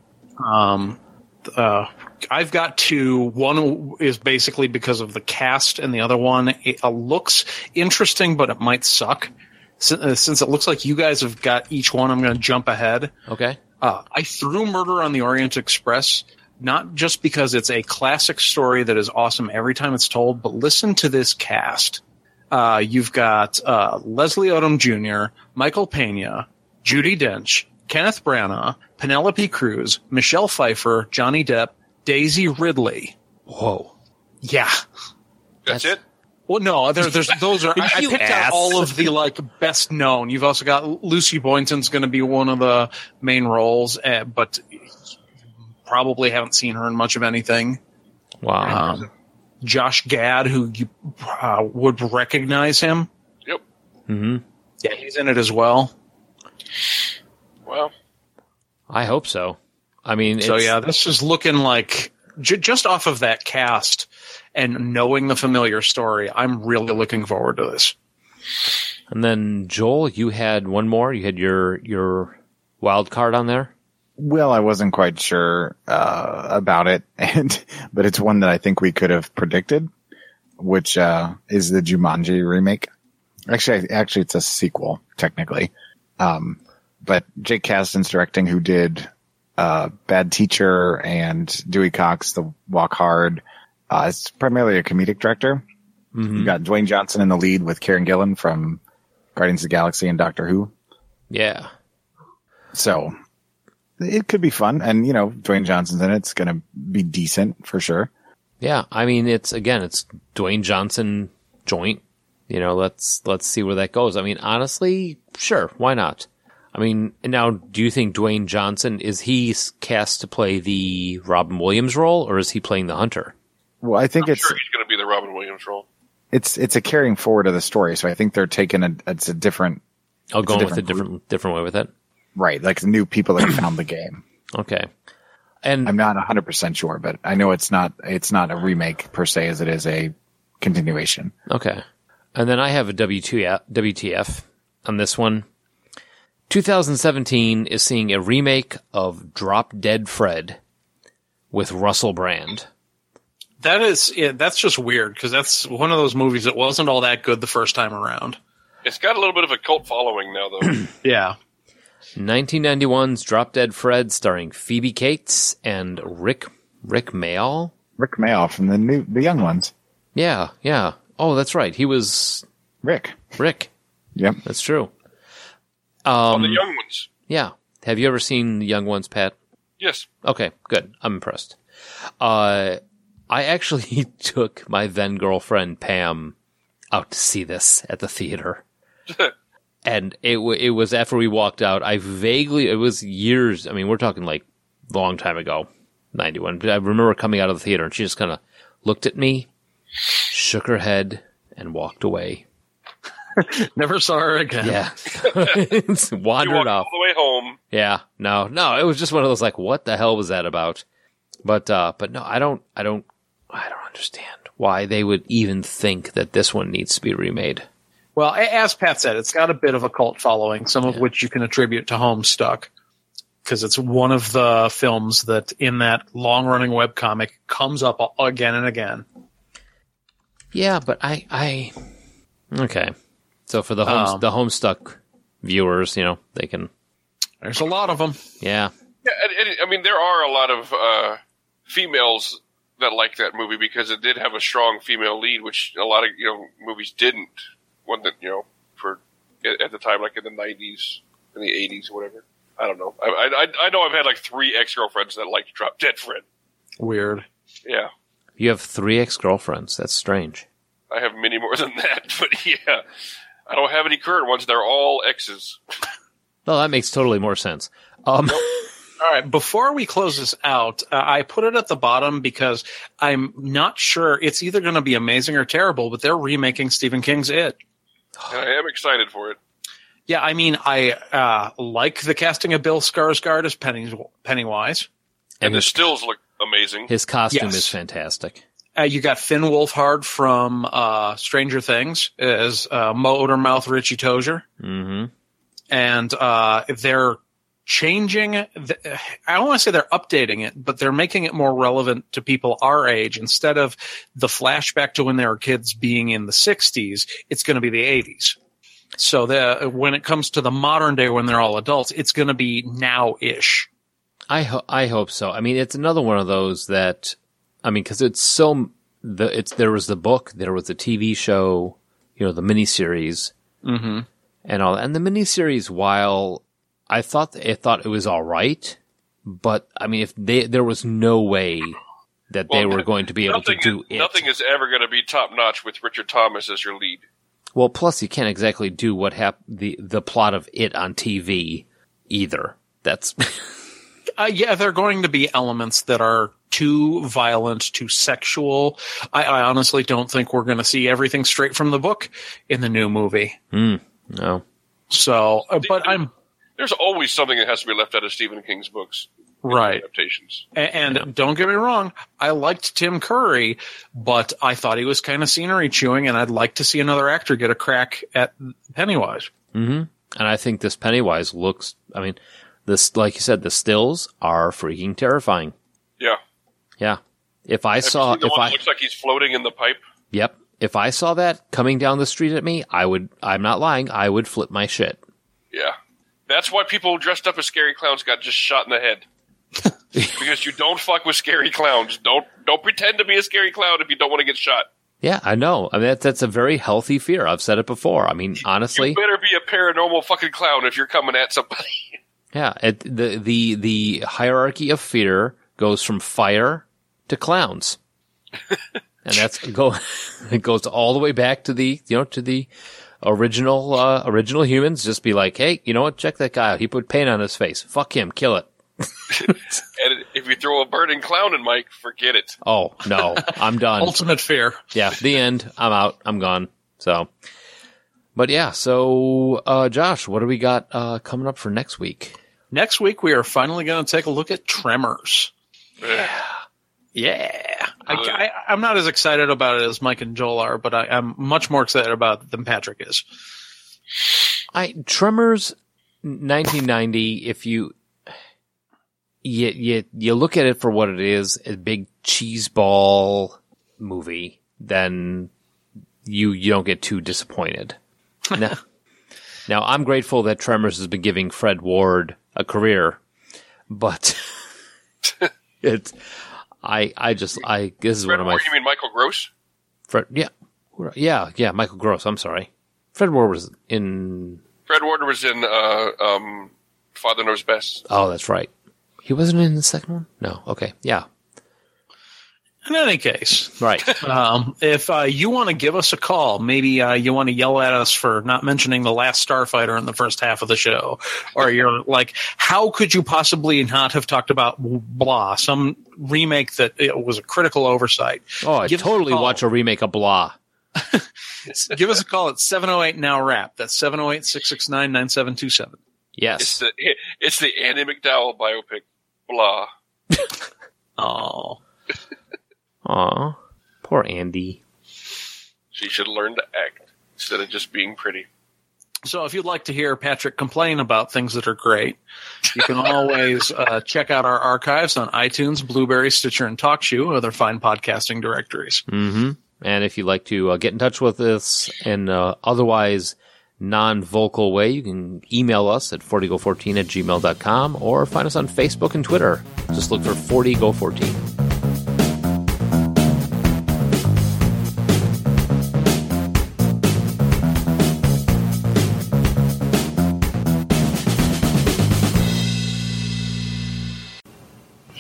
Uh, I've got two. One is basically because of the cast, and the other one it, uh, looks interesting, but it might suck. Since, uh, since it looks like you guys have got each one, I'm going to jump ahead.
Okay.
Uh, I threw Murder on the Orient Express, not just because it's a classic story that is awesome every time it's told, but listen to this cast. Uh, you've got uh, Leslie Odom Jr., Michael Pena, Judy Dench, Kenneth Branagh, Penelope Cruz, Michelle Pfeiffer, Johnny Depp, Daisy Ridley. Whoa. Yeah.
that's,
that's-
it.
Well, no, there, there's those are. I, I
You
picked
ass.
out all of the like best known. You've also got Lucy Boynton's going to be one of the main roles, uh, but you probably haven't seen her in much of anything.
Wow.
Um, Josh Gad, who you uh, would recognize him,
Yep.
yeah, he's in it as well.
Well,
I hope so. I mean,
so
it's-
yeah, this is looking like j- just off of that cast and knowing the familiar story, I'm really looking forward to this.
And then Joel, you had one more. You had your, your wild card on there.
Well, I wasn't quite sure uh, about it, and but it's one that I think we could have predicted, which uh, is the Jumanji remake. Actually, actually, it's a sequel technically, um, but Jake Kasdan's directing, who did uh, Bad Teacher and Dewey Cox, The Walk Hard. Uh, it's primarily a comedic director.
Mm-hmm.
You got Dwayne Johnson in the lead with Karen Gillan from Guardians of the Galaxy and Doctor Who.
Yeah.
So it could be fun. And, you know, Dwayne Johnson's in it. It's going to be decent for sure.
Yeah. I mean, it's again, it's Dwayne Johnson joint. You know, let's, let's see where that goes. I mean, honestly, sure. Why not? I mean, and now do you think Dwayne Johnson, is he cast to play the Robin Williams role or is he playing the hunter?
Well, I think
I'm
it's,
sure he's going to be the Robin Williams role.
it's, it's a carrying forward of the story. So I think they're taking a, it's a different,
I'll go
a
in with a
different
different different way with it.
right? Like new people that found the game.
Okay. And
I'm not hundred percent sure, but I know it's not, it's not a remake per se as it is a continuation.
okay. And then I have a WTF, WTF on this one. 2017 is seeing a remake of Drop Dead Fred with Russell Brand.
That is, yeah, that's just weird because that's one of those movies that wasn't all that good the first time around.
It's got a little bit of a cult following now, though.
Yeah.
1991's Drop Dead Fred, starring Phoebe Cates and Rick Rick Mayall.
Rick Mail from the new the young ones.
Yeah, yeah. Oh, that's right. He was
Rick.
Rick.
Yep.
That's true.
On
Um,
the young ones.
yeah. Have you ever seen The Young Ones, Pat?
Yes.
Okay, good. I'm impressed. Uh, I actually took my then girlfriend Pam out to see this at the theater, and it wa it was after we walked out. I vaguely it was years. I mean, we're talking like long time ago, ninety one. But I remember coming out of the theater and she just kind of looked at me, shook her head, and walked away.
Never saw her again.
Yeah,
You
wandered
walked
off.
all the way home.
Yeah, no, no, it was just one of those like, what the hell was that about? But, uh, but no, I don't, I don't, I don't understand why they would even think that this one needs to be remade.
Well, a- as Pat said, it's got a bit of a cult following, some of which you can attribute to Homestuck, because it's one of the films that in that long running webcomic comes up a- again and again.
Yeah, but I, I, okay. So for the homes,
Um.
the homestuck viewers, you know, they can,
There's a lot of them.
yeah,
Yeah, and, and, I mean, there are a lot of uh, females that like that movie because it did have a strong female lead, which a lot of you know movies didn't. One that you know for at at the time, like in the nineties and the eighties, whatever. I don't know. I, I- I I know I've had like three ex girlfriends that liked Drop Dead Fred.
Weird.
Yeah,
you have three ex girlfriends. That's strange.
I have many more than that, but yeah, I don't have any current ones. They're all exes.
Well, that makes totally more sense. Um,
All right. Before we close this out, uh, I put it at the bottom because I'm not sure it's either going to be amazing or terrible, but they're remaking Stephen King's It.
And I am excited for it.
Yeah, I mean, I uh, like the casting of Bill Skarsgård as Penny, Pennywise.
And,
and
the
his,
stills look amazing.
his costume
Yes.
is fantastic.
Uh, you got Finn Wolfhard from uh, Stranger Things as uh, Mo Odermouth Richie Tozier,
hmm
and uh, they're changing. The, I don't want to say they're updating it, but they're making it more relevant to people our age. Instead of the flashback to when they were kids being in the '60s, it's going to be the '80s. So the, when it comes to the modern day, when they're all adults, it's going to be now-ish.
I ho- I hope so. I mean, it's another one of those that I mean, because it's so the it's there was the book, there was the TV show, you know, the miniseries,
Mm-hmm.
Mhm.
and all. And the miniseries, while I thought I thought it was all right, but I mean, if they there was no way that they
Well,
were going to be able to
Nothing,
do
is,
it.
nothing is ever going to be top notch with Richard Thomas as your lead.
Well, plus you can't exactly do what hap- the the plot of it on TV either. That's
Uh, yeah, there are going to be elements that are too violent, too sexual. I, I honestly don't think we're going to see everything straight from the book in the new movie.
no.
So, uh, but I'm
There's always something that has to be left out of Stephen King's books
right.
adaptations.
A- And, don't get me wrong, I liked Tim Curry, but I thought he was kind of scenery chewing, and I'd like to see another actor get a crack at Pennywise.
And I think this Pennywise looks, I mean, this, like you said, the stills are freaking terrifying.
Yeah,
Yeah. If I
Have you
saw,
seen the
if
one
I,
that looks like he's floating in the pipe.
yep, if I saw that coming down the street at me, I would, I'm not lying, I would flip my shit.
Yeah, that's why people dressed up as scary clowns got just shot in the head. because you don't fuck with scary clowns. Don't don't pretend to be a scary clown if you don't want to get shot.
Yeah, I know. I mean, that, that's a very healthy fear. I've said it before. I mean, honestly,
You better be a paranormal fucking clown if you're coming at somebody.
yeah, it, the, the, the hierarchy of fear goes from fire to clowns. and that's go, it goes all the way back to the, you know, to the, original uh, original humans just be like, hey, you know what? Check that guy out. He put paint on his face. Fuck him. Kill it.
And if you throw a burning clown in Mike, forget it.
Oh no, I'm done.
Ultimate fear.
yeah, the end. I'm out. I'm gone. So, but yeah. So, uh, Josh, what do we got uh, coming up for next week?
Next week, we are finally going to take a look at Tremors. Yeah. I,
Uh,
I, I'm not as excited about it as Mike and Joel are, but I, I'm much more excited about it than Patrick is.
I Tremors, 1990. If you you you you look at it for what it is, a big cheese ball movie, then you you don't get too disappointed. now, Now, I'm grateful that Tremors has been giving Fred Ward a career, but it's I I just I this is
Fred
one of my
Moore, you mean Michael Gross?
Fred yeah Who- yeah yeah Michael Gross. I'm sorry, Fred Ward was in
Fred Ward was in uh, um, Father Knows Best.
oh that's right. He wasn't in the second one. No, okay, yeah,
In any case,
right.
um, if uh, you want to give us a call, maybe uh, you want to yell at us for not mentioning the last Starfighter in the first half of the show, or you're like, how could you possibly not have talked about blah, some remake that it was a critical oversight?
Oh, I
Give us a
totally
call.
watch a remake of Blah.
Give us a call at 708 Now Rap. That's 708 669 9727.
It's
Yes,
the it's the Andy McDowell biopic. Blah.
Oh.
aw, poor Andy.
She should learn to act instead of just being pretty.
So if you'd like to hear Patrick complain about things that are great, you can always uh, check out our archives on iTunes, Blueberry, Stitcher, and TalkShoe, other fine podcasting directories.
hmm And if you'd like to uh, get in touch with us in uh, otherwise non-vocal way, you can email us at 40go14 at gmail.com or find us on Facebook and Twitter. Just look for 40go14.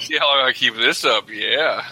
See how I keep this up? Yeah.